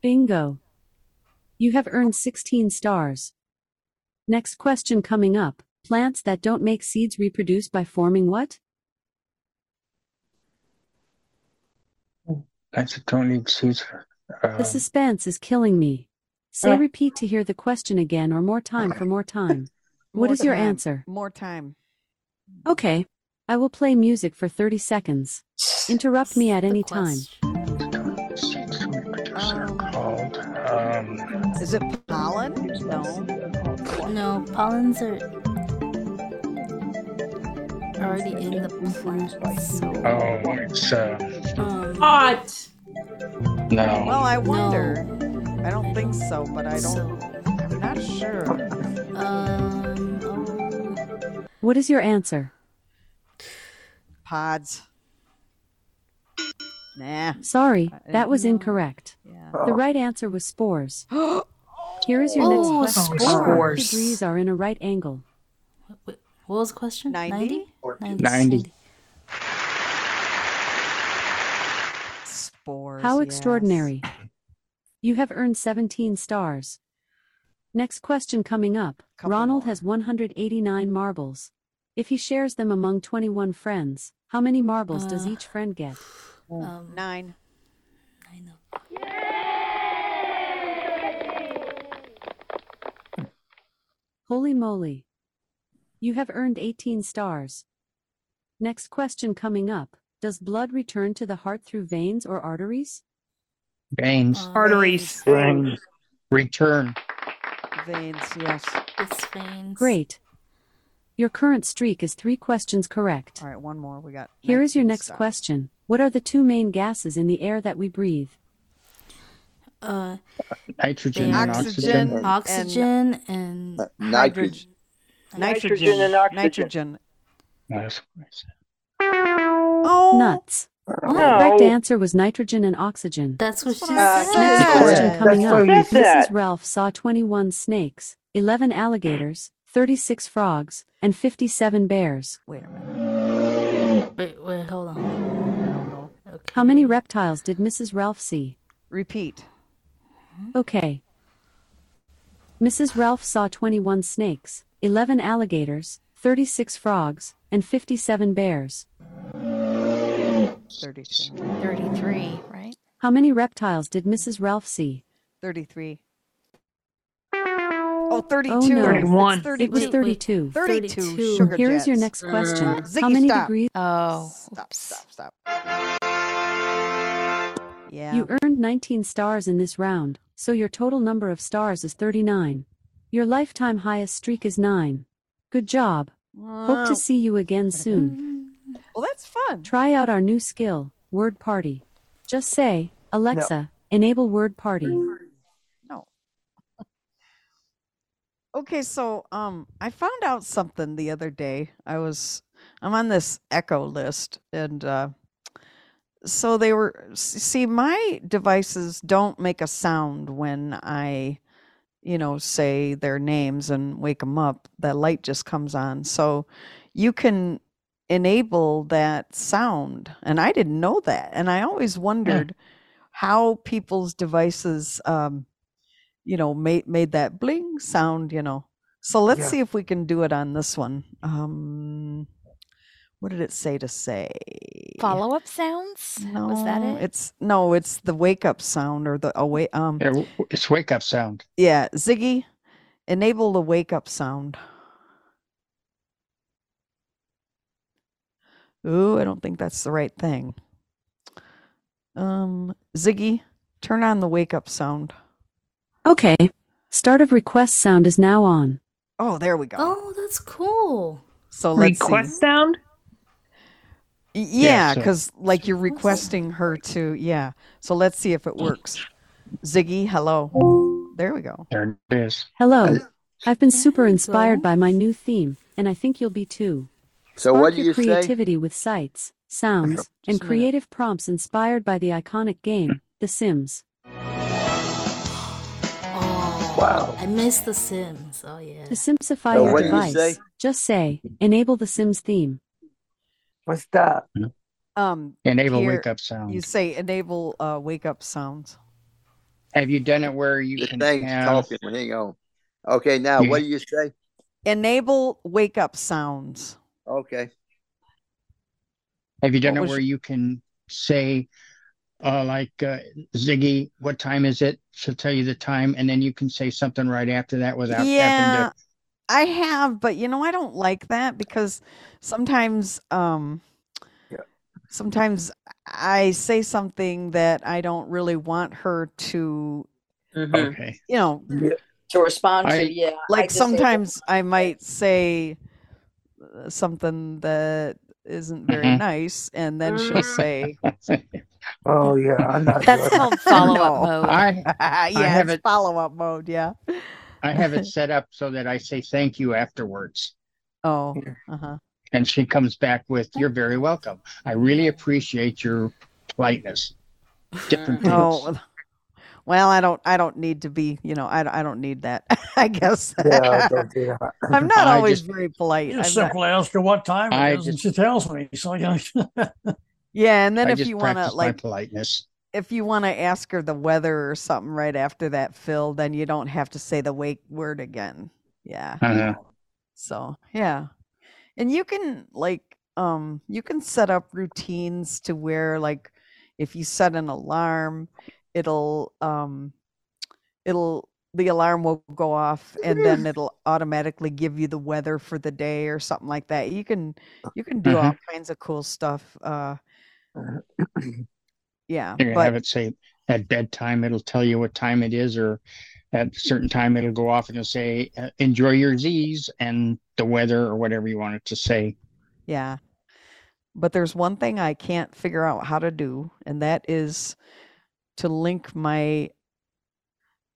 D: Bingo. You have earned 16 stars. Next question coming up. Plants that don't make seeds reproduce by forming what?
I: I just don't need seeds. for- Uh,
D: The suspense is killing me. Say
I: Uh.
D: repeat to hear the question again or more time for more time. What
B: More
D: is your
B: time.
D: answer?
B: More time.
D: Okay. I will play music for 30 seconds. Interrupt me at any time.
I: called, um,
B: Is it pollen? No.
G: No, pollens are already in the plants. So,
I: oh, it's uh,
G: um,
B: Hot.
I: no.
B: Well, I wonder. I don't think so, but I don't. I'm not sure.
D: What is your answer?
B: Pods. Nah.
D: Sorry,
G: Uh,
B: I
D: that was
B: don't know.
D: incorrect.
B: Oh.
D: The right answer was spores. Here is your next
G: Oh,
D: question.
G: spores.
D: What Degrees are in a right angle.
G: what was the question? 90? 90.
I: 90.
B: Spores.
D: How
B: yes.
D: extraordinary. You have earned 17 stars. Next question coming up. Ronald has 189 marbles. If he shares them among 21 friends, how many marbles does
G: Uh.
D: each friend get?
G: Um,
B: Nine.
D: Holy moly. You have earned 18 stars. Next question coming up. Does blood return to the heart through veins or arteries?
I: Veins.
J: Arteries.
I: Veins. Return.
B: Veins, yes.
G: It's veins.
D: Great. Your current streak is three questions correct.
B: All right, one more. We got.
D: Here is your
B: 19
D: next
B: stars.
D: question. What are the two main gases in the air that we breathe?
G: Uh,
I: Nitrogen
G: they-
I: and
G: oxygen,
I: oxygen.
G: oxygen and,
I: nitrogen.
B: Nitrogen,
G: Nitrogen and oxygen.
B: Nitrogen.
I: Nice.
B: Oh,
D: Nuts. The correct answer was nitrogen and oxygen.
G: That's what she
D: Next question
G: said.
D: coming up.
G: That's what
D: Mrs. Ralph saw 21 snakes, 11 alligators, 36 frogs, and 57 bears.
B: Wait a minute.
G: Wait, wait, hold on.
D: How many reptiles did Mrs. Ralph see?
B: Repeat.
D: Okay. Mrs. Ralph saw 21 snakes, 11 alligators, 36 frogs, and 57 bears.
B: 32.
F: 33, right?
D: How many reptiles did Mrs. Ralph see?
B: 33. Oh, 32.
D: Oh, no.
B: It's
D: 31.
B: 32.
D: It was 32.
B: 32.
D: 32.
B: Sugar
D: Here is your
B: jets.
D: next question.
B: Uh,
D: How
B: Ziggy,
D: many
B: stop.
D: degrees-
F: Oh.
B: Stop, stop, stop. Yeah.
D: You earned 19 stars in this round, so your total number of stars is 39. Your lifetime highest streak is 9. Good job. Hope
B: Wow.
D: to see you again soon.
B: well, that's fun.
D: Try out our new skill, Word Party. Just say, Alexa, enable Word Party.
B: No. Okay, so um I found out something the other day. I was I'm on this Echo list and uh so they were s- see my devices don't make a sound when I you know say their names and wake them up. That light just comes on. So you can enable that sound and I didn't know that and I always wondered how people's devices um you know made made that bling sound you know so let's
M: Yeah.
B: see if we can do it on this one um what did it say to say
F: Follow up sounds? Was that
B: No,
F: it?
B: it's no it's the wake up sound or the away um
I: Yeah, w- it's wake up sound.
B: yeah ziggy enable the wake up sound ooh i don't think that's the right thing um ziggy turn on the wake up sound
D: Okay. Start of request sound is now on.
B: oh there we go
G: Oh, that's cool.
B: So let's
G: Request
B: sound. Yeah,
G: so-
B: because like you're requesting her to. Yeah. So let's see if it works. Ziggy, hello. There we go.
I: There it is.
D: Hello. I've been super inspired by my new theme, and I think you'll be too.
E: So
D: Spark
E: what do
D: your
E: you say?
D: creativity with sights, sounds, and creative prompts inspired by the iconic game, The Sims.
G: Oh,
E: Wow.
G: I miss The Sims. Oh yeah.
D: To simplify
E: So
D: your
E: what do you
D: device,
E: say?
D: just say enable the Sims theme.
E: What's that?
B: Um,
I: Enable
B: here,
I: wake up sound.
B: You say enable uh, wake up sounds.
I: Have you done it where you can
L: Thanks,
I: have?
L: talking. Hang on. Okay, now what do you say?
B: Enable wake up sounds.
L: Okay.
I: Have you done
B: What
I: it
B: was
I: where
B: your-
I: you can say, uh, like uh, Ziggy, what time is it? She'll tell you the time, and then you can say something right after that without having
B: yeah,
I: to.
B: I have, but you know, I don't like that because sometimes, um, sometimes I say something that I don't really want her to,
I: Okay.
B: you know,
H: Mm-hmm. to respond
B: I-
H: to. Yeah, I
B: like
H: just say-
B: sometimes I might say uh, something that isn't very
E: Mhm.
B: nice, and then she'll say,
E: Oh yeah, I'm not.
B: Mm. That's
E: doing
B: called
E: it.
B: follow-up No. mode.
I: I
B: "Ah,
I: I
B: yeah,
I: have
B: it's
I: it.
B: follow up mode." Yeah.
I: I have it set up so that I say thank you afterwards,
B: Oh, uh huh.
I: and she comes back with "You're very welcome. I really appreciate your politeness." Different things.
B: Oh, well- well, I don't. I don't need to be. You know, I. don't- I don't need that. I guess.
C: Yeah, don't do that.
B: I'm not
C: I
B: always
C: just-
B: very polite.
C: You
B: I'm not-
C: simply ask her what time
I: I
C: it is, and
I: just-
C: she tells me. So yeah,
B: yeah, and then
I: I
B: if
I: just
B: you want to
I: practice my
B: like,
I: politeness.
B: if you want to ask her the weather or something right after that, Phil, then you don't have to say the wake word again. Yeah.
I: Uh-huh.
B: So yeah, and you can like um you can set up routines to where like if you set an alarm, it'll um it'll the alarm will go off
I: Mm-hmm.
B: and then it'll automatically give you the weather for the day or something like that. You can you can do all
I: Mhm.
B: kinds of cool stuff. Uh yeah,
I: Uh, You're gonna
B: but
I: have it say at bedtime it'll tell you what time it is, or at a certain time it'll go off and it'll say uh, enjoy your Z's and the weather or whatever you want it to say.
B: Yeah. But there's one thing I can't figure out how to do, and that is to link my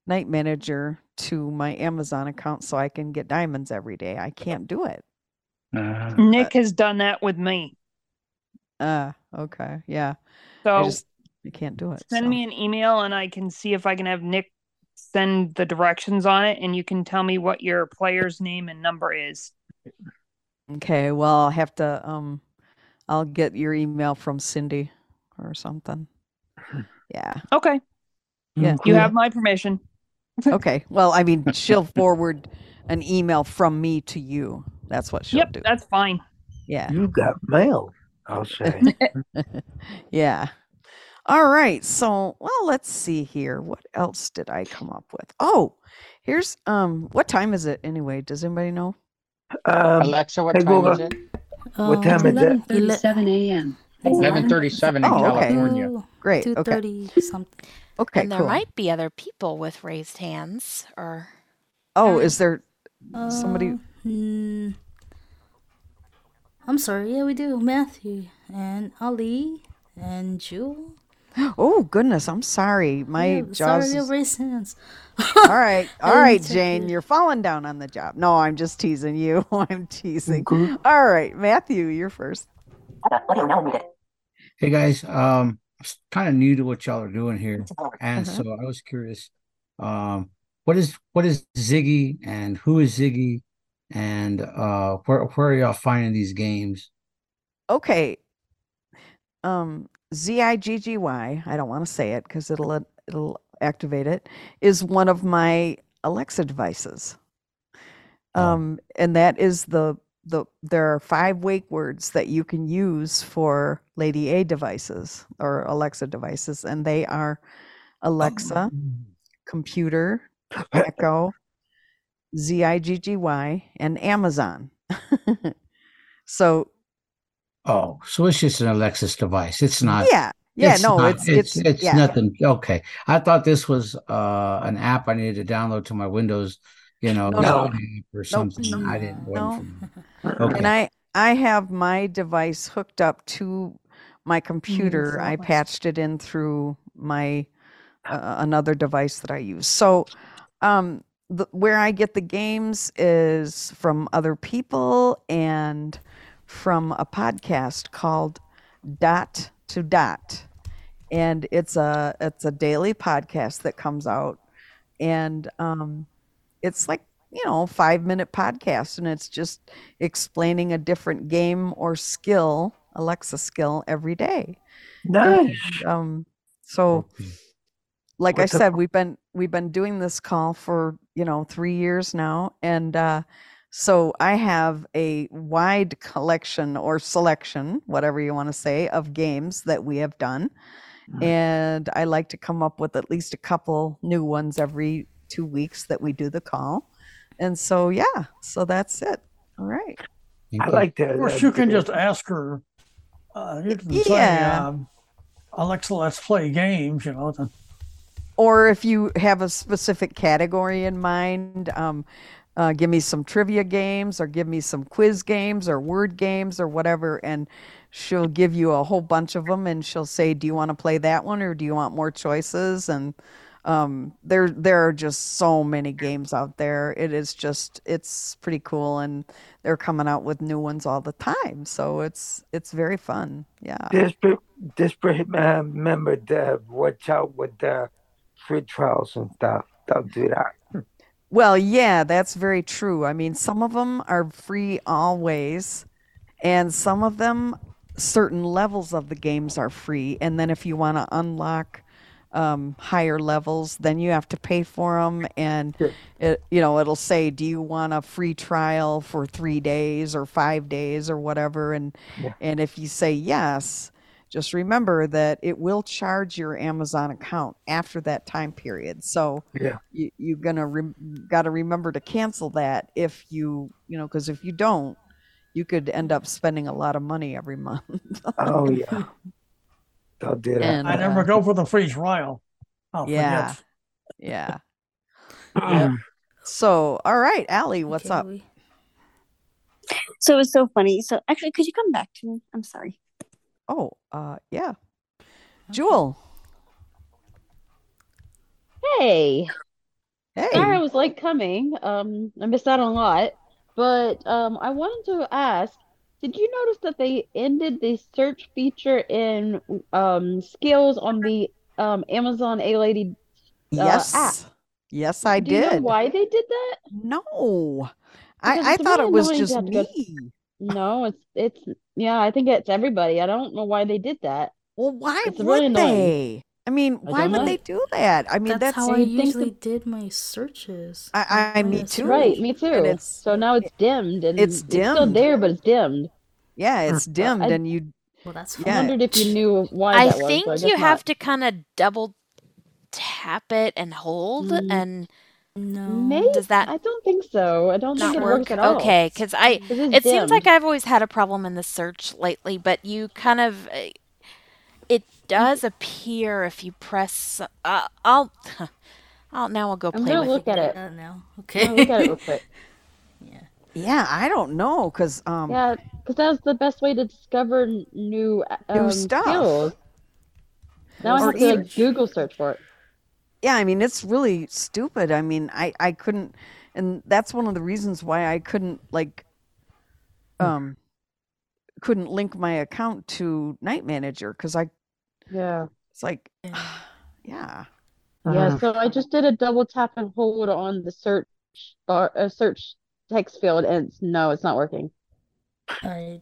B: night manager to my Amazon account so I can get diamonds every day. I can't do it.
E: Uh-huh.
J: Nick has done that with me.
B: Uh, okay. Yeah. I
J: So-
B: just I can't do it.
J: Send
B: so.
J: me an email and I can see if I can have Nick send the directions on it and you can tell me what your player's name and number is.
B: Okay, well, I'll have to um I'll get your email from Cindy or something. Yeah.
J: Okay.
B: Yeah.
E: Mm,
J: You have my permission.
B: Okay. Well, I mean, she'll forward an email from me to you. That's what she'll
J: yep,
B: do.
J: that's fine.
B: Yeah.
E: You got mail. I'll say.
B: yeah. All right. So, well, let's see here. What else did I come up with? Oh, here's um what time is it anyway? Does anybody know?
E: Um,
I: Alexa, what
E: hey,
I: time is
E: Google.
I: it?
B: Oh,
E: What time is it?
D: 37 a.m.
I: 11:37 in
B: Oh, okay.
I: California.
B: Great.
F: Two
B: Okay.
F: thirty something.
B: Okay,
F: And there
B: cool.
F: might be other people with raised hands or
B: Oh, is there somebody?
G: Um, mm, I'm sorry. Yeah, we do. Matthew and Ali and Jewel.
B: Oh goodness, I'm sorry. My
G: Yeah,
B: jaws.
G: Sorry,
B: is-
G: your raised hands.
B: All right, all right,
G: check
B: Jane, you're falling down on the job. No, I'm just teasing you. I'm teasing. All right, Matthew, you're first.
I: Uh,
M: Hey guys, um, I'm kind of new to what y'all are doing here, and
B: Uh-huh.
M: so I was curious, um, what is what is Ziggy and who is Ziggy, and uh, where where are y'all finding these games?
B: Okay. Um, Z I G G Y. I don't want to say it because it'll uh, it'll activate it. Is one of my Alexa devices. Um, and that is the the there are five wake words that you can use for Lady A devices or Alexa devices, and they are Alexa, computer, Echo, Z I G G Y, and Amazon. so
M: Oh, so it's just an Alexis device. It's not.
B: Yeah. Yeah,
M: it's
B: no,
M: not-
B: it's-
M: it's
B: it's-
M: it's
B: yeah.
M: nothing. Okay, I thought this was uh an app I needed to download to my Windows, you know,
B: No, no.
M: app or
B: Nope.
M: something. I didn't.
B: No.
M: Okay.
B: And I I have my device hooked up to my computer. I patched it in through my uh, another device that I use. So um the, where I get the games is from other people and from a podcast called Dot to Dot. And it's a it's a daily podcast that comes out and um it's like you know five minute podcast and it's just explaining a different game or skill alexa skill every day
C: Nice.
B: And, um so like i
C: What the-
B: said we've been we've been doing this call for you know three years now and uh so i have a wide collection or selection whatever you want to say of games that we have done and I like to come up with at least a couple new ones every two weeks that we do the call. And so, yeah, so that's it. All right.
C: I like uh,
B: that.
C: Of course, you can just ask her. Uh, you can say,
B: Yeah.
C: um, Alexa, let's play games, you know. then-
B: Or if you have a specific category in mind, um, uh, give me some trivia games or give me some quiz games or word games or whatever. And she'll give you a whole bunch of them and she'll say, Do you want to play that one or do you want more choices? And um, there, there are just so many games out there. It is just, it's pretty cool. And they're coming out with new ones all the time. So it's, it's very fun. Yeah.
E: Desperate, desperate uh, member to watch out with the free trials and stuff. Don't do that.
B: Well, yeah, that's very true. I mean, some of them are free always, and some of them, certain levels of the games are free. And then if you want to unlock um, higher levels, then you have to pay for them. And it, you know, it'll say, "Do you want a free trial for three days or five days or whatever?" And and if you say yes, just remember that it will charge your Amazon account after that time period. So
E: Yeah.
B: you, you're gonna re- got to remember to cancel that if you you know because if you don't, you could end up spending a lot of money every month.
E: oh yeah, don't do that.
B: And,
C: I never
B: uh,
C: go for the free trial. I'll
B: yeah,
C: forget.
B: yeah. Yep. So all right, Allie, what's up?
N: So it was so funny. So actually, could you come back to me? I'm sorry.
B: Oh, uh, yeah. Jewel.
O: Hey.
B: Hey.
O: Sorry I was late coming. Um, I missed out on a lot. But um, I wanted to ask, did you notice that they ended the search feature in um skills on the um Amazon A Lady uh,
B: Yes.
O: app?
B: Yes, I
O: Do you know
B: did.
O: why they did that?
B: No. I,
O: Because
B: I
O: it's
B: thought
O: really
B: it was
O: annoying to
B: just
O: have to go-
B: me.
O: No, it's it's yeah, I think it's everybody. I don't know why they did that.
B: Well, why
O: it's really
B: Would
O: annoying.
B: they? I mean, why
O: don't
B: would
O: know.
B: they do that? I mean, that's,
G: that's how I usually did my searches. Um,
B: I, I me
G: Yes.
B: too.
O: Right, me
B: And
O: too.
B: it's
O: So now it's dimmed and
B: it's
O: still
B: dimmed.
O: there, but it's dimmed.
B: yeah, it's
O: Uh,
B: dimmed,
O: I-
B: and you
G: Well, that's
O: I
B: yeah.
O: wondered if you knew why
F: I
O: that was.
F: think
O: but I
F: you
O: guess
F: have
O: not.
F: to kind of double tap it and hold
G: Mm,
F: and
O: Maybe
F: does that
O: I don't think so. I don't think
F: not
O: it
F: work?
O: works at all.
F: Okay, because I
O: it's
F: it seems like
O: dimmed.
F: I've always had a problem in the search lately, but you kind of uh, it
O: Mm.
F: does appear if you press. Uh, I'll I'll now I'll go
O: I'm
F: play
O: gonna
F: with
O: look at it.
G: I don't know.
O: I'm gonna look at it real
G: Okay.
O: quick.
B: Yeah, I don't know, cause um,
O: Yeah, because that's the best way to discover n- new uh,
B: New
O: um,
B: stuff.
O: skills. Now I
B: Or
O: have to like
B: even-
O: Google search for it.
B: yeah i mean it's really stupid i mean i i couldn't and that's one of the reasons why i couldn't like
O: Hmm.
B: um couldn't link my account to night manager because i
O: Yeah.
B: it's like yeah
G: Uh-huh.
O: Yeah, so I just did a double tap and hold on the search bar, uh, search text field, and it's, no, it's not working.
G: I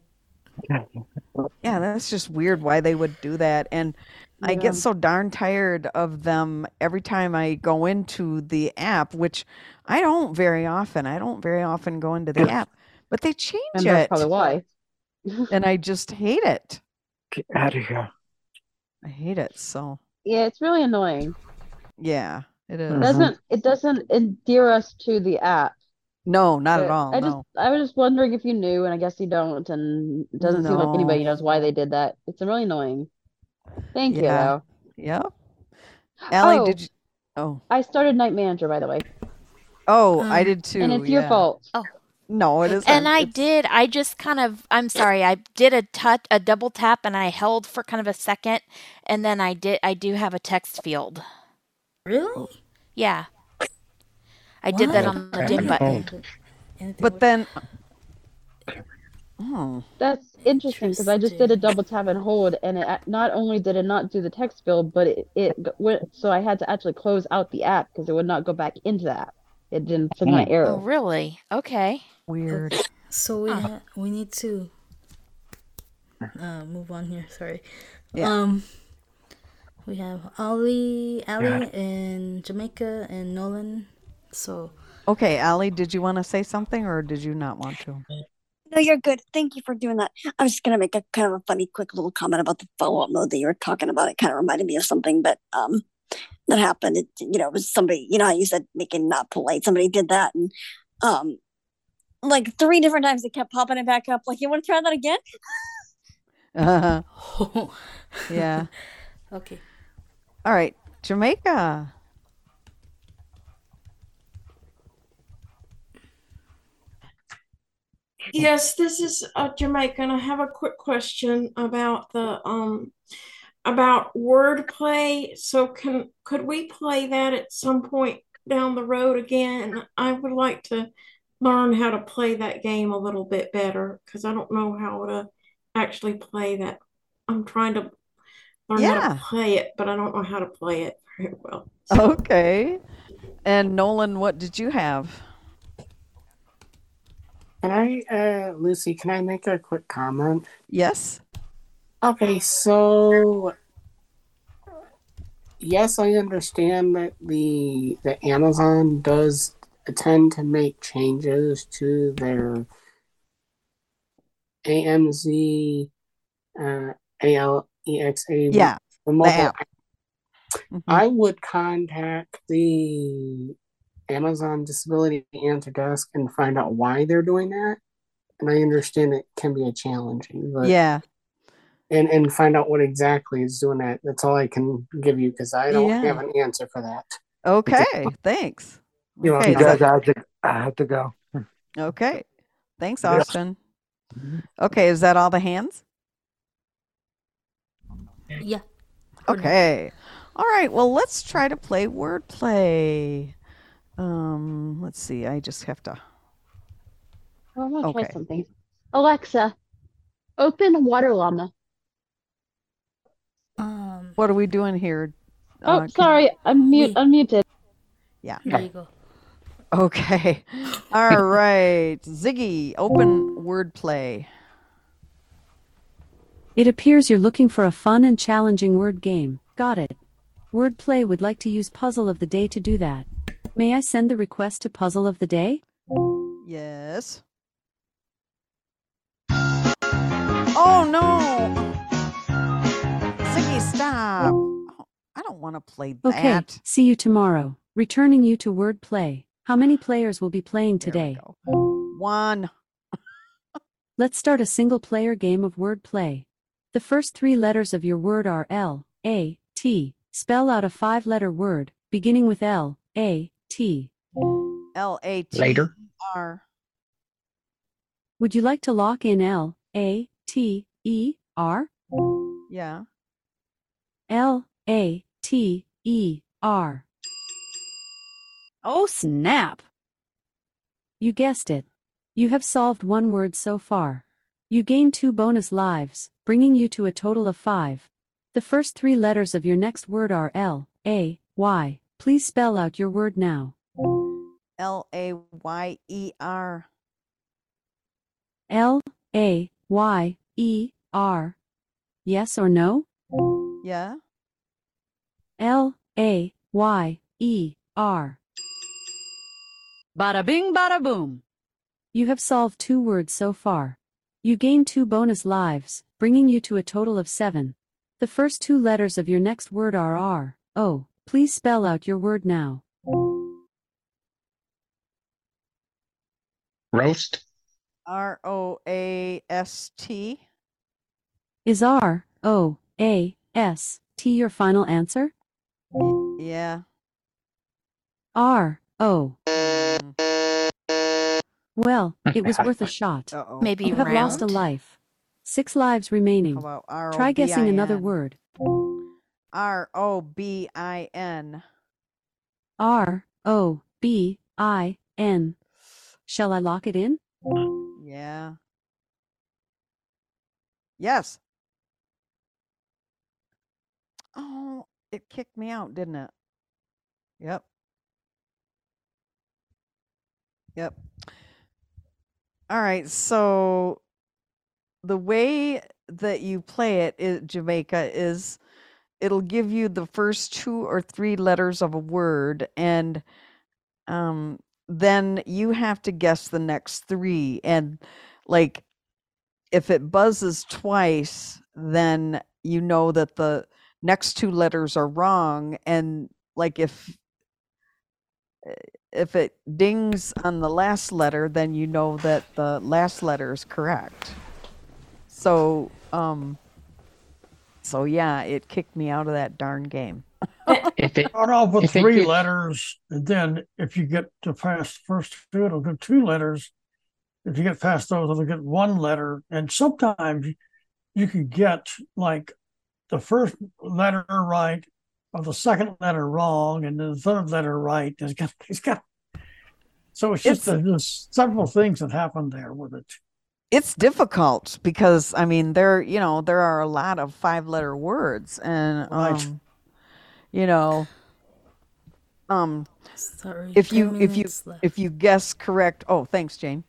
B: yeah that's just weird why they would do that and i
O: Yeah.
B: get so darn tired of them every time i go into the app which i don't very often i don't very often go into the app but they change
O: And that's
B: it
O: probably why.
B: and i just hate it
E: Get out of here.
B: i hate it so
O: Yeah, it's really annoying.
B: yeah it
O: It
B: is.
O: doesn't it doesn't endear us to the app.
B: No, not at
O: But
B: all.
O: I just
B: no.
O: I was just wondering if you knew, and I guess you don't, and it doesn't seem like anybody
B: No.
O: knows why they did that. It's really annoying. Thank you
B: Yeah.
O: though.
B: Yep. Allie,
O: Oh,
B: did you? Oh,
O: I started Night Manager, by the way.
B: oh, I did too.
O: And it's your
B: yeah.
O: fault.
F: Uh, Oh.
B: No, it isn't.
F: And I
B: It's-
F: did. I just kind of, I'm sorry, I did a touch, a double tap and I held for kind of a second. And then I did, I do have a text field.
D: Oh.
G: Really?
F: Yeah. I did that
G: What?
F: on the dim button.
I: Hold.
B: But then, uh, oh,
O: That's interesting because I just did a double tap and hold, and it a- not only did it not do the text field, but it, it g- went, so I had to actually close out the app because it would not go back into the app. It didn't it's not an error.
F: Oh, really? Okay.
B: Weird.
G: So we
F: Huh.
G: we need to uh, move on here. Sorry.
B: Yeah.
G: Um, we have Ali, Ali
B: Yeah.
G: in Jamaica, and Nolan. So
B: Okay, Allie, did you want to say something or did you not want to?
N: No, you're good. Thank you for doing that. I was just gonna make a kind of a funny, quick little comment about the follow-up mode that you were talking about. It kind of reminded me of something, but um, that happened. It, you know, it was somebody. You know, how you said making not polite. Somebody did that, and um, like three different times it kept popping it back up. Like, you want to try that again?
B: yeah.
G: okay.
B: All right, Jamaica.
P: Yes, this is uh, Jamaica, and I have a quick question about the um about wordplay. So can could we play that at some point down the road again? I would like to learn how to play that game a little bit better because I don't know how to actually play that. I'm trying to learn how
B: Yeah.
P: to play it, but I don't know how to play it very well.
B: Okay. And Nolan, what did you have?
Q: Can I, uh, Lucy, can I make a quick comment?
B: Yes.
Q: Okay, so yes, I understand that the the Amazon does tend to make changes to their AMZ uh, ALEXA
B: Yeah,
Q: the mobile
B: app.
Q: app.
B: Mm-hmm.
Q: I would contact the Amazon Disability Answer Desk and find out why they're doing that. And I understand it can be a challenging, but
B: Yeah.
Q: and and find out what exactly is doing that. That's all I can give you because I don't
B: Yeah.
Q: have an answer for that.
B: Okay, thanks.
Q: You know,
B: Okay,
Q: you guys
B: so-
Q: are-
E: I have to, I have to go.
B: okay. Thanks,
E: Yeah.
B: Austin. Okay, is that all the hands?
G: Yeah.
B: Okay. All right. Well, let's try to play wordplay. Um, let's see. I just have to.
O: Oh, I'm gonna
B: Okay.
O: try something. Alexa, open Water Llama.
G: Um.
B: What are we doing here?
O: Oh,
B: Uh, can-
O: sorry, unmute, unmuted.
B: Yeah.
G: There you go.
B: Okay. All right. Ziggy, open wordplay.
D: It appears you're looking for a fun and challenging word game. Got it. Wordplay would like to use Puzzle of the Day to do that. May I send the request to Puzzle of the Day?
B: Yes. Oh no! Ziggy, stop! Oh, I don't want to play
D: Okay,
B: that.
D: see you tomorrow. Returning you to Wordplay. How many players will be playing today?
B: One.
D: Let's start a single player game of wordplay. The first three letters of your word are L, A, T. Spell out a five letter word, beginning with L, A, T.
B: L A T E
D: Later.
B: R.
D: Would you like to lock in L, A, T, E, R?
B: Yeah.
D: L, A, T, E, R. Oh, snap! You guessed it. You have solved one word so far. You gain two bonus lives, bringing you to a total of five. The first three letters of your next word are L, A, Y. Please spell out your word now.
B: L A Y E R.
D: L, A, Y, E, R. Yes or no?
B: Yeah.
D: L, A, Y, E, R. Bada bing, bada boom. You have solved two words so far. You gain two bonus lives, bringing you to a total of seven. The first two letters of your next word are R, O. Please spell out your word now.
I: Roast.
B: R O A S T.
D: Is R, O, A, S, T your final answer?
B: Yeah.
D: R, O. Well, it was worth a shot.
B: Uh-oh.
F: Maybe
D: you have lost a
F: round?
D: life. Six lives remaining.
B: How about
D: Try guessing another
B: ROBIN?
D: word.
B: R O B I N.
D: R O B I N. Shall I lock it in?
B: Yeah. Yes. Oh, it kicked me out, didn't it? Yep. Yep. All right. So the way that you play it in Jamaica is it'll give you the first two or three letters of a word and um, then you have to guess the next three and like if it buzzes twice then you know that the next two letters are wrong and like if eh, if it dings on the last letter then you know that the last letter is correct so um so yeah it kicked me out of that darn game
C: Start off with
B: if it
C: three
B: gets-
C: letters, and then if you get to past the first two, it'll give two letters. If you get past those, it'll get one letter. And sometimes you can get like the first letter right or the second letter wrong, and then the third letter right. It's got, it's got. So it's just
B: It's-
C: there's several things that happen there with it.
B: it's difficult because I mean there you know there are a lot of five letter words and
C: Right.
B: um, you know um
G: Sorry,
B: if
G: ten
B: you if you
G: minutes left.
B: if you guess correct oh thanks Jane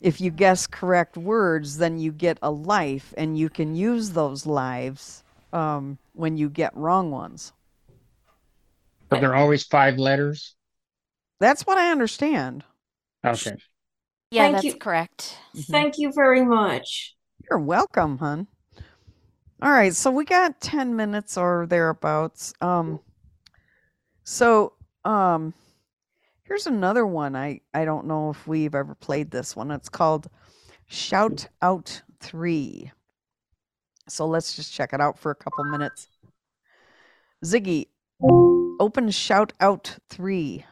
B: if you guess correct words then you get a life and you can use those lives um when you get wrong ones
I: But they're always five letters.
B: that's what I understand
I: Okay.
F: Yeah,
P: Thank
F: that's
P: you.
F: correct.
P: Thank you very much.
B: Mm-hmm. You're welcome, hun. All right, so we got 10 minutes or thereabouts. Um so um here's another one. I I don't know if we've ever played this one. It's called Shout Out 3. So let's just check it out for a couple minutes. Ziggy, open Shout Out 3.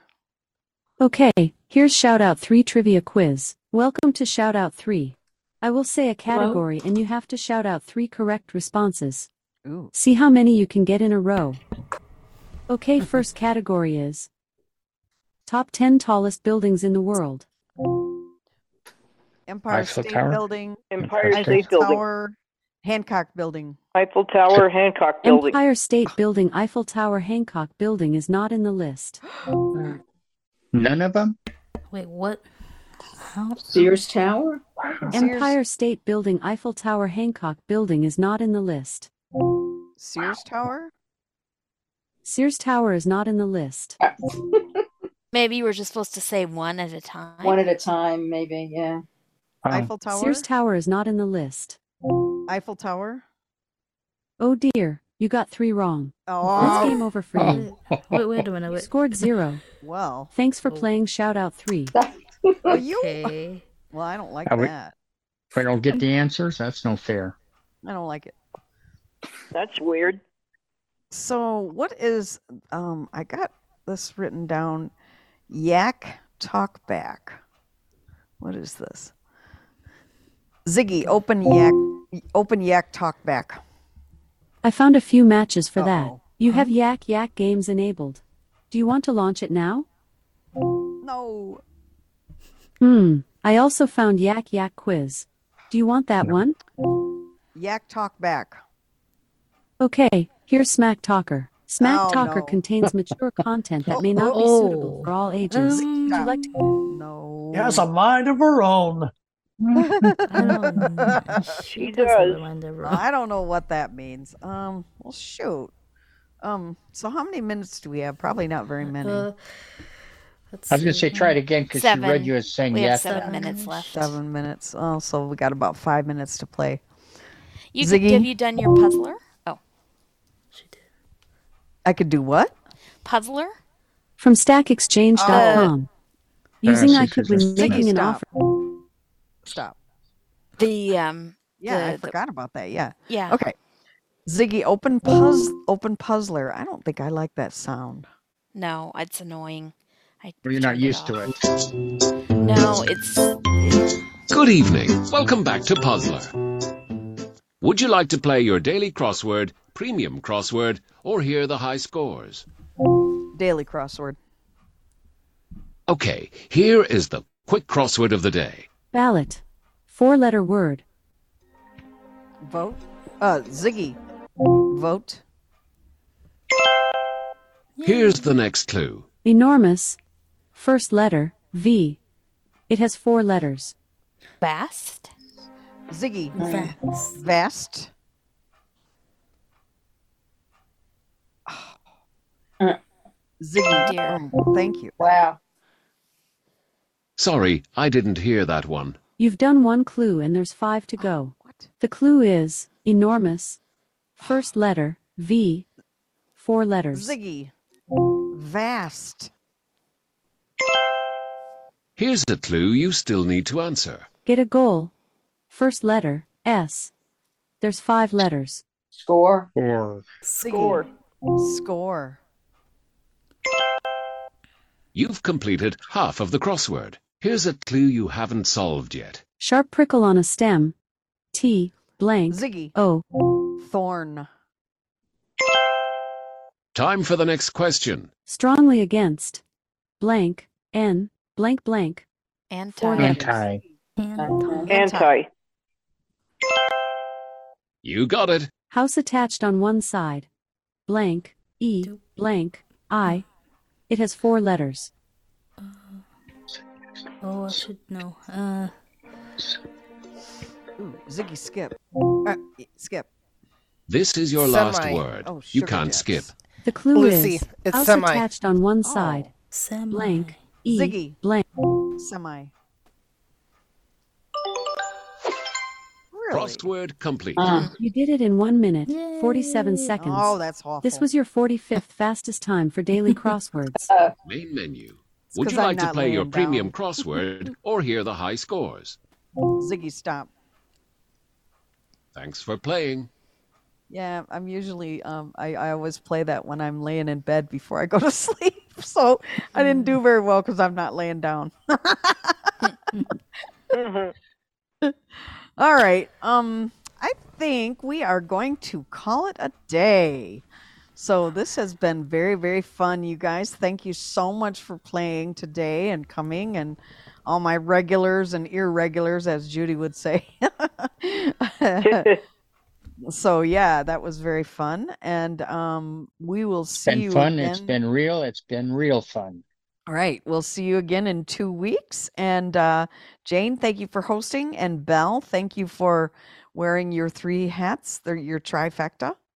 D: Okay, here's Shout Out 3 Trivia Quiz. Welcome to Shout Out 3. I will say a category and you have to shout out three correct responses.
B: Ooh.
D: See how many you can get in a row. Okay, first category is Top 10 Tallest Buildings in the World.
B: Empire
D: Eiffel
B: State
D: Tower?
B: Building,
D: Empire
B: Eiffel
D: State Building.
B: Tower, Hancock Building.
R: Eiffel Tower, Hancock Building.
D: Empire State Building, Eiffel Tower, Hancock Building is not in the list.
I: None of them?
G: Wait, what?
H: Sears Tower?
D: Empire State Building, Eiffel Tower, Hancock Building is not in the list.
B: Sears Tower?
D: Sears Tower is not in the list.
F: Maybe we're just supposed to say one at a time.
H: One at a time, maybe, yeah.
B: Eiffel Tower?
D: Sears Tower is not in the list.
B: Eiffel Tower?
D: Oh dear, you got three wrong.
B: Oh.
D: It's game over for you.
G: Wait, wait a minute.
D: You
G: Wait.
D: scored zero.
B: Wow.
D: Thanks for playing Shout Out 3.
B: Well, you-
G: Okay.
B: Well, I don't like
I: I would-
B: that.
I: If I don't get the answers, that's no fair.
B: I don't like it.
R: That's weird.
B: So, what is um I got this written down yak talk back. What is this? Ziggy, open yak open yak talk back.
D: I found a few matches for that. You have Yak Yak Games enabled. Do you want to launch it now?
B: No.
D: Hmm, I also found Yak Yak Quiz. Do you want that one?
B: Yak talk back.
D: Okay, here's Smack Talker. Smack
B: Oh,
D: Talker
B: no.
D: contains mature content that may not be suitable for all ages. Would Mm, you like to-
B: No.
C: He has a mind of her own.
G: She does have a mind of her own.
B: I don't know what that means. Um, well, shoot. Um, so how many minutes do we have? Probably not very many.
G: Uh,
I: I was going to say try it again because she read you as saying yes.
B: left. Seven minutes. Oh, so we got about five minutes to play.
F: You
B: Ziggy,
F: could, have you done your puzzler? Oh,
B: I could do what?
F: puzzler?
D: From
B: Oh.
D: StackExchange.com. Using
F: Uh,
D: I
F: she
D: could
F: says
D: when
F: that's
D: making an
F: stop.
D: offer.
B: Stop.
F: The um.
B: Yeah, I
F: the- the-
B: forgot about that. Yeah.
F: Yeah.
B: Okay. Ziggy, open puzz, open puzzler. I don't think I like that sound.
F: No, it's annoying. I
I: Well, you're not
F: turned it
I: used to
F: off.
I: it.
F: No, it's
S: Good evening. Welcome back to Puzzler. Would you like to play your daily crossword, premium crossword, or hear the high scores?
B: Daily crossword.
S: Okay, here is the quick crossword of the day.
D: Ballot. Four letter word.
B: Vote. Uh, Ziggy, vote.
S: Here's the next clue.
D: Enormous. First letter, V. It has four letters.
F: Bast?
B: Ziggy.
G: Vast.
B: Vast. Ziggy.
F: Dear.
B: Oh, thank you.
R: Uh. Wow.
S: Sorry, I didn't hear that one.
D: You've done one clue and there's five to
B: Oh,
D: go. The clue is enormous. First letter, V. Four letters.
B: Ziggy. Vast.
S: Here's a clue you still need to answer.
D: Get a goal. First letter, S. There's five letters.
R: Score.
I: Or
B: Ziggy.
R: Score.
B: Score.
S: You've completed half of the crossword. Here's a clue you haven't solved yet.
D: Sharp prickle on a stem. T. Blank.
B: Ziggy.
D: O.
B: Thorn.
S: Time for the next question.
D: Strongly against. Blank. N. Blank blank.
F: Anti.
I: anti.
R: Anti.
S: You got it.
D: House attached on one side. Blank. E. Blank. I. It has four letters.
G: Uh, Oh, I should know. Uh,
B: Ooh, Ziggy skip. Uh, skip.
S: This is your last
D: Semi.
S: word.
B: Oh,
S: you
B: sugar
S: can't
B: dips.
S: skip.
D: The clue
B: Lucy,
D: is
B: it's
D: house
B: semi.
D: attached on one side.
G: Oh, Semi.
D: Blank. E.
B: Ziggy.
D: Blank.
B: Semi.
S: Crossword complete.
D: You did it in one minute, 47 seconds.
B: Uh. Oh, that's awful.
D: This was your 45th fastest time for daily crosswords.
S: Main menu. Would
B: Uh, 'cause
S: you
B: I'm
S: like to
B: not
S: play your
B: laying
S: premium
B: down.
S: crossword or hear the high scores?
B: Ziggy stop.
S: Thanks for playing.
B: Yeah, I'm usually um I, I always play that when I'm laying in bed before I go to sleep. So I didn't do very well because I'm not laying down.
I: Mm-hmm.
B: All right. Um, I think we are going to call it a day. So this has been very, very fun, you guys. Thank you so much for playing today and coming, and all my regulars and irregulars, as Judy would say. so yeah, that was very fun, and um, we will
I: It's
B: see
I: been
B: you
I: fun.
B: again.
I: It's been real. It's been real fun.
B: All right. We'll see you again in two weeks. And uh, Jane, thank you for hosting. And Belle, thank you for wearing your three hats, they're your trifecta.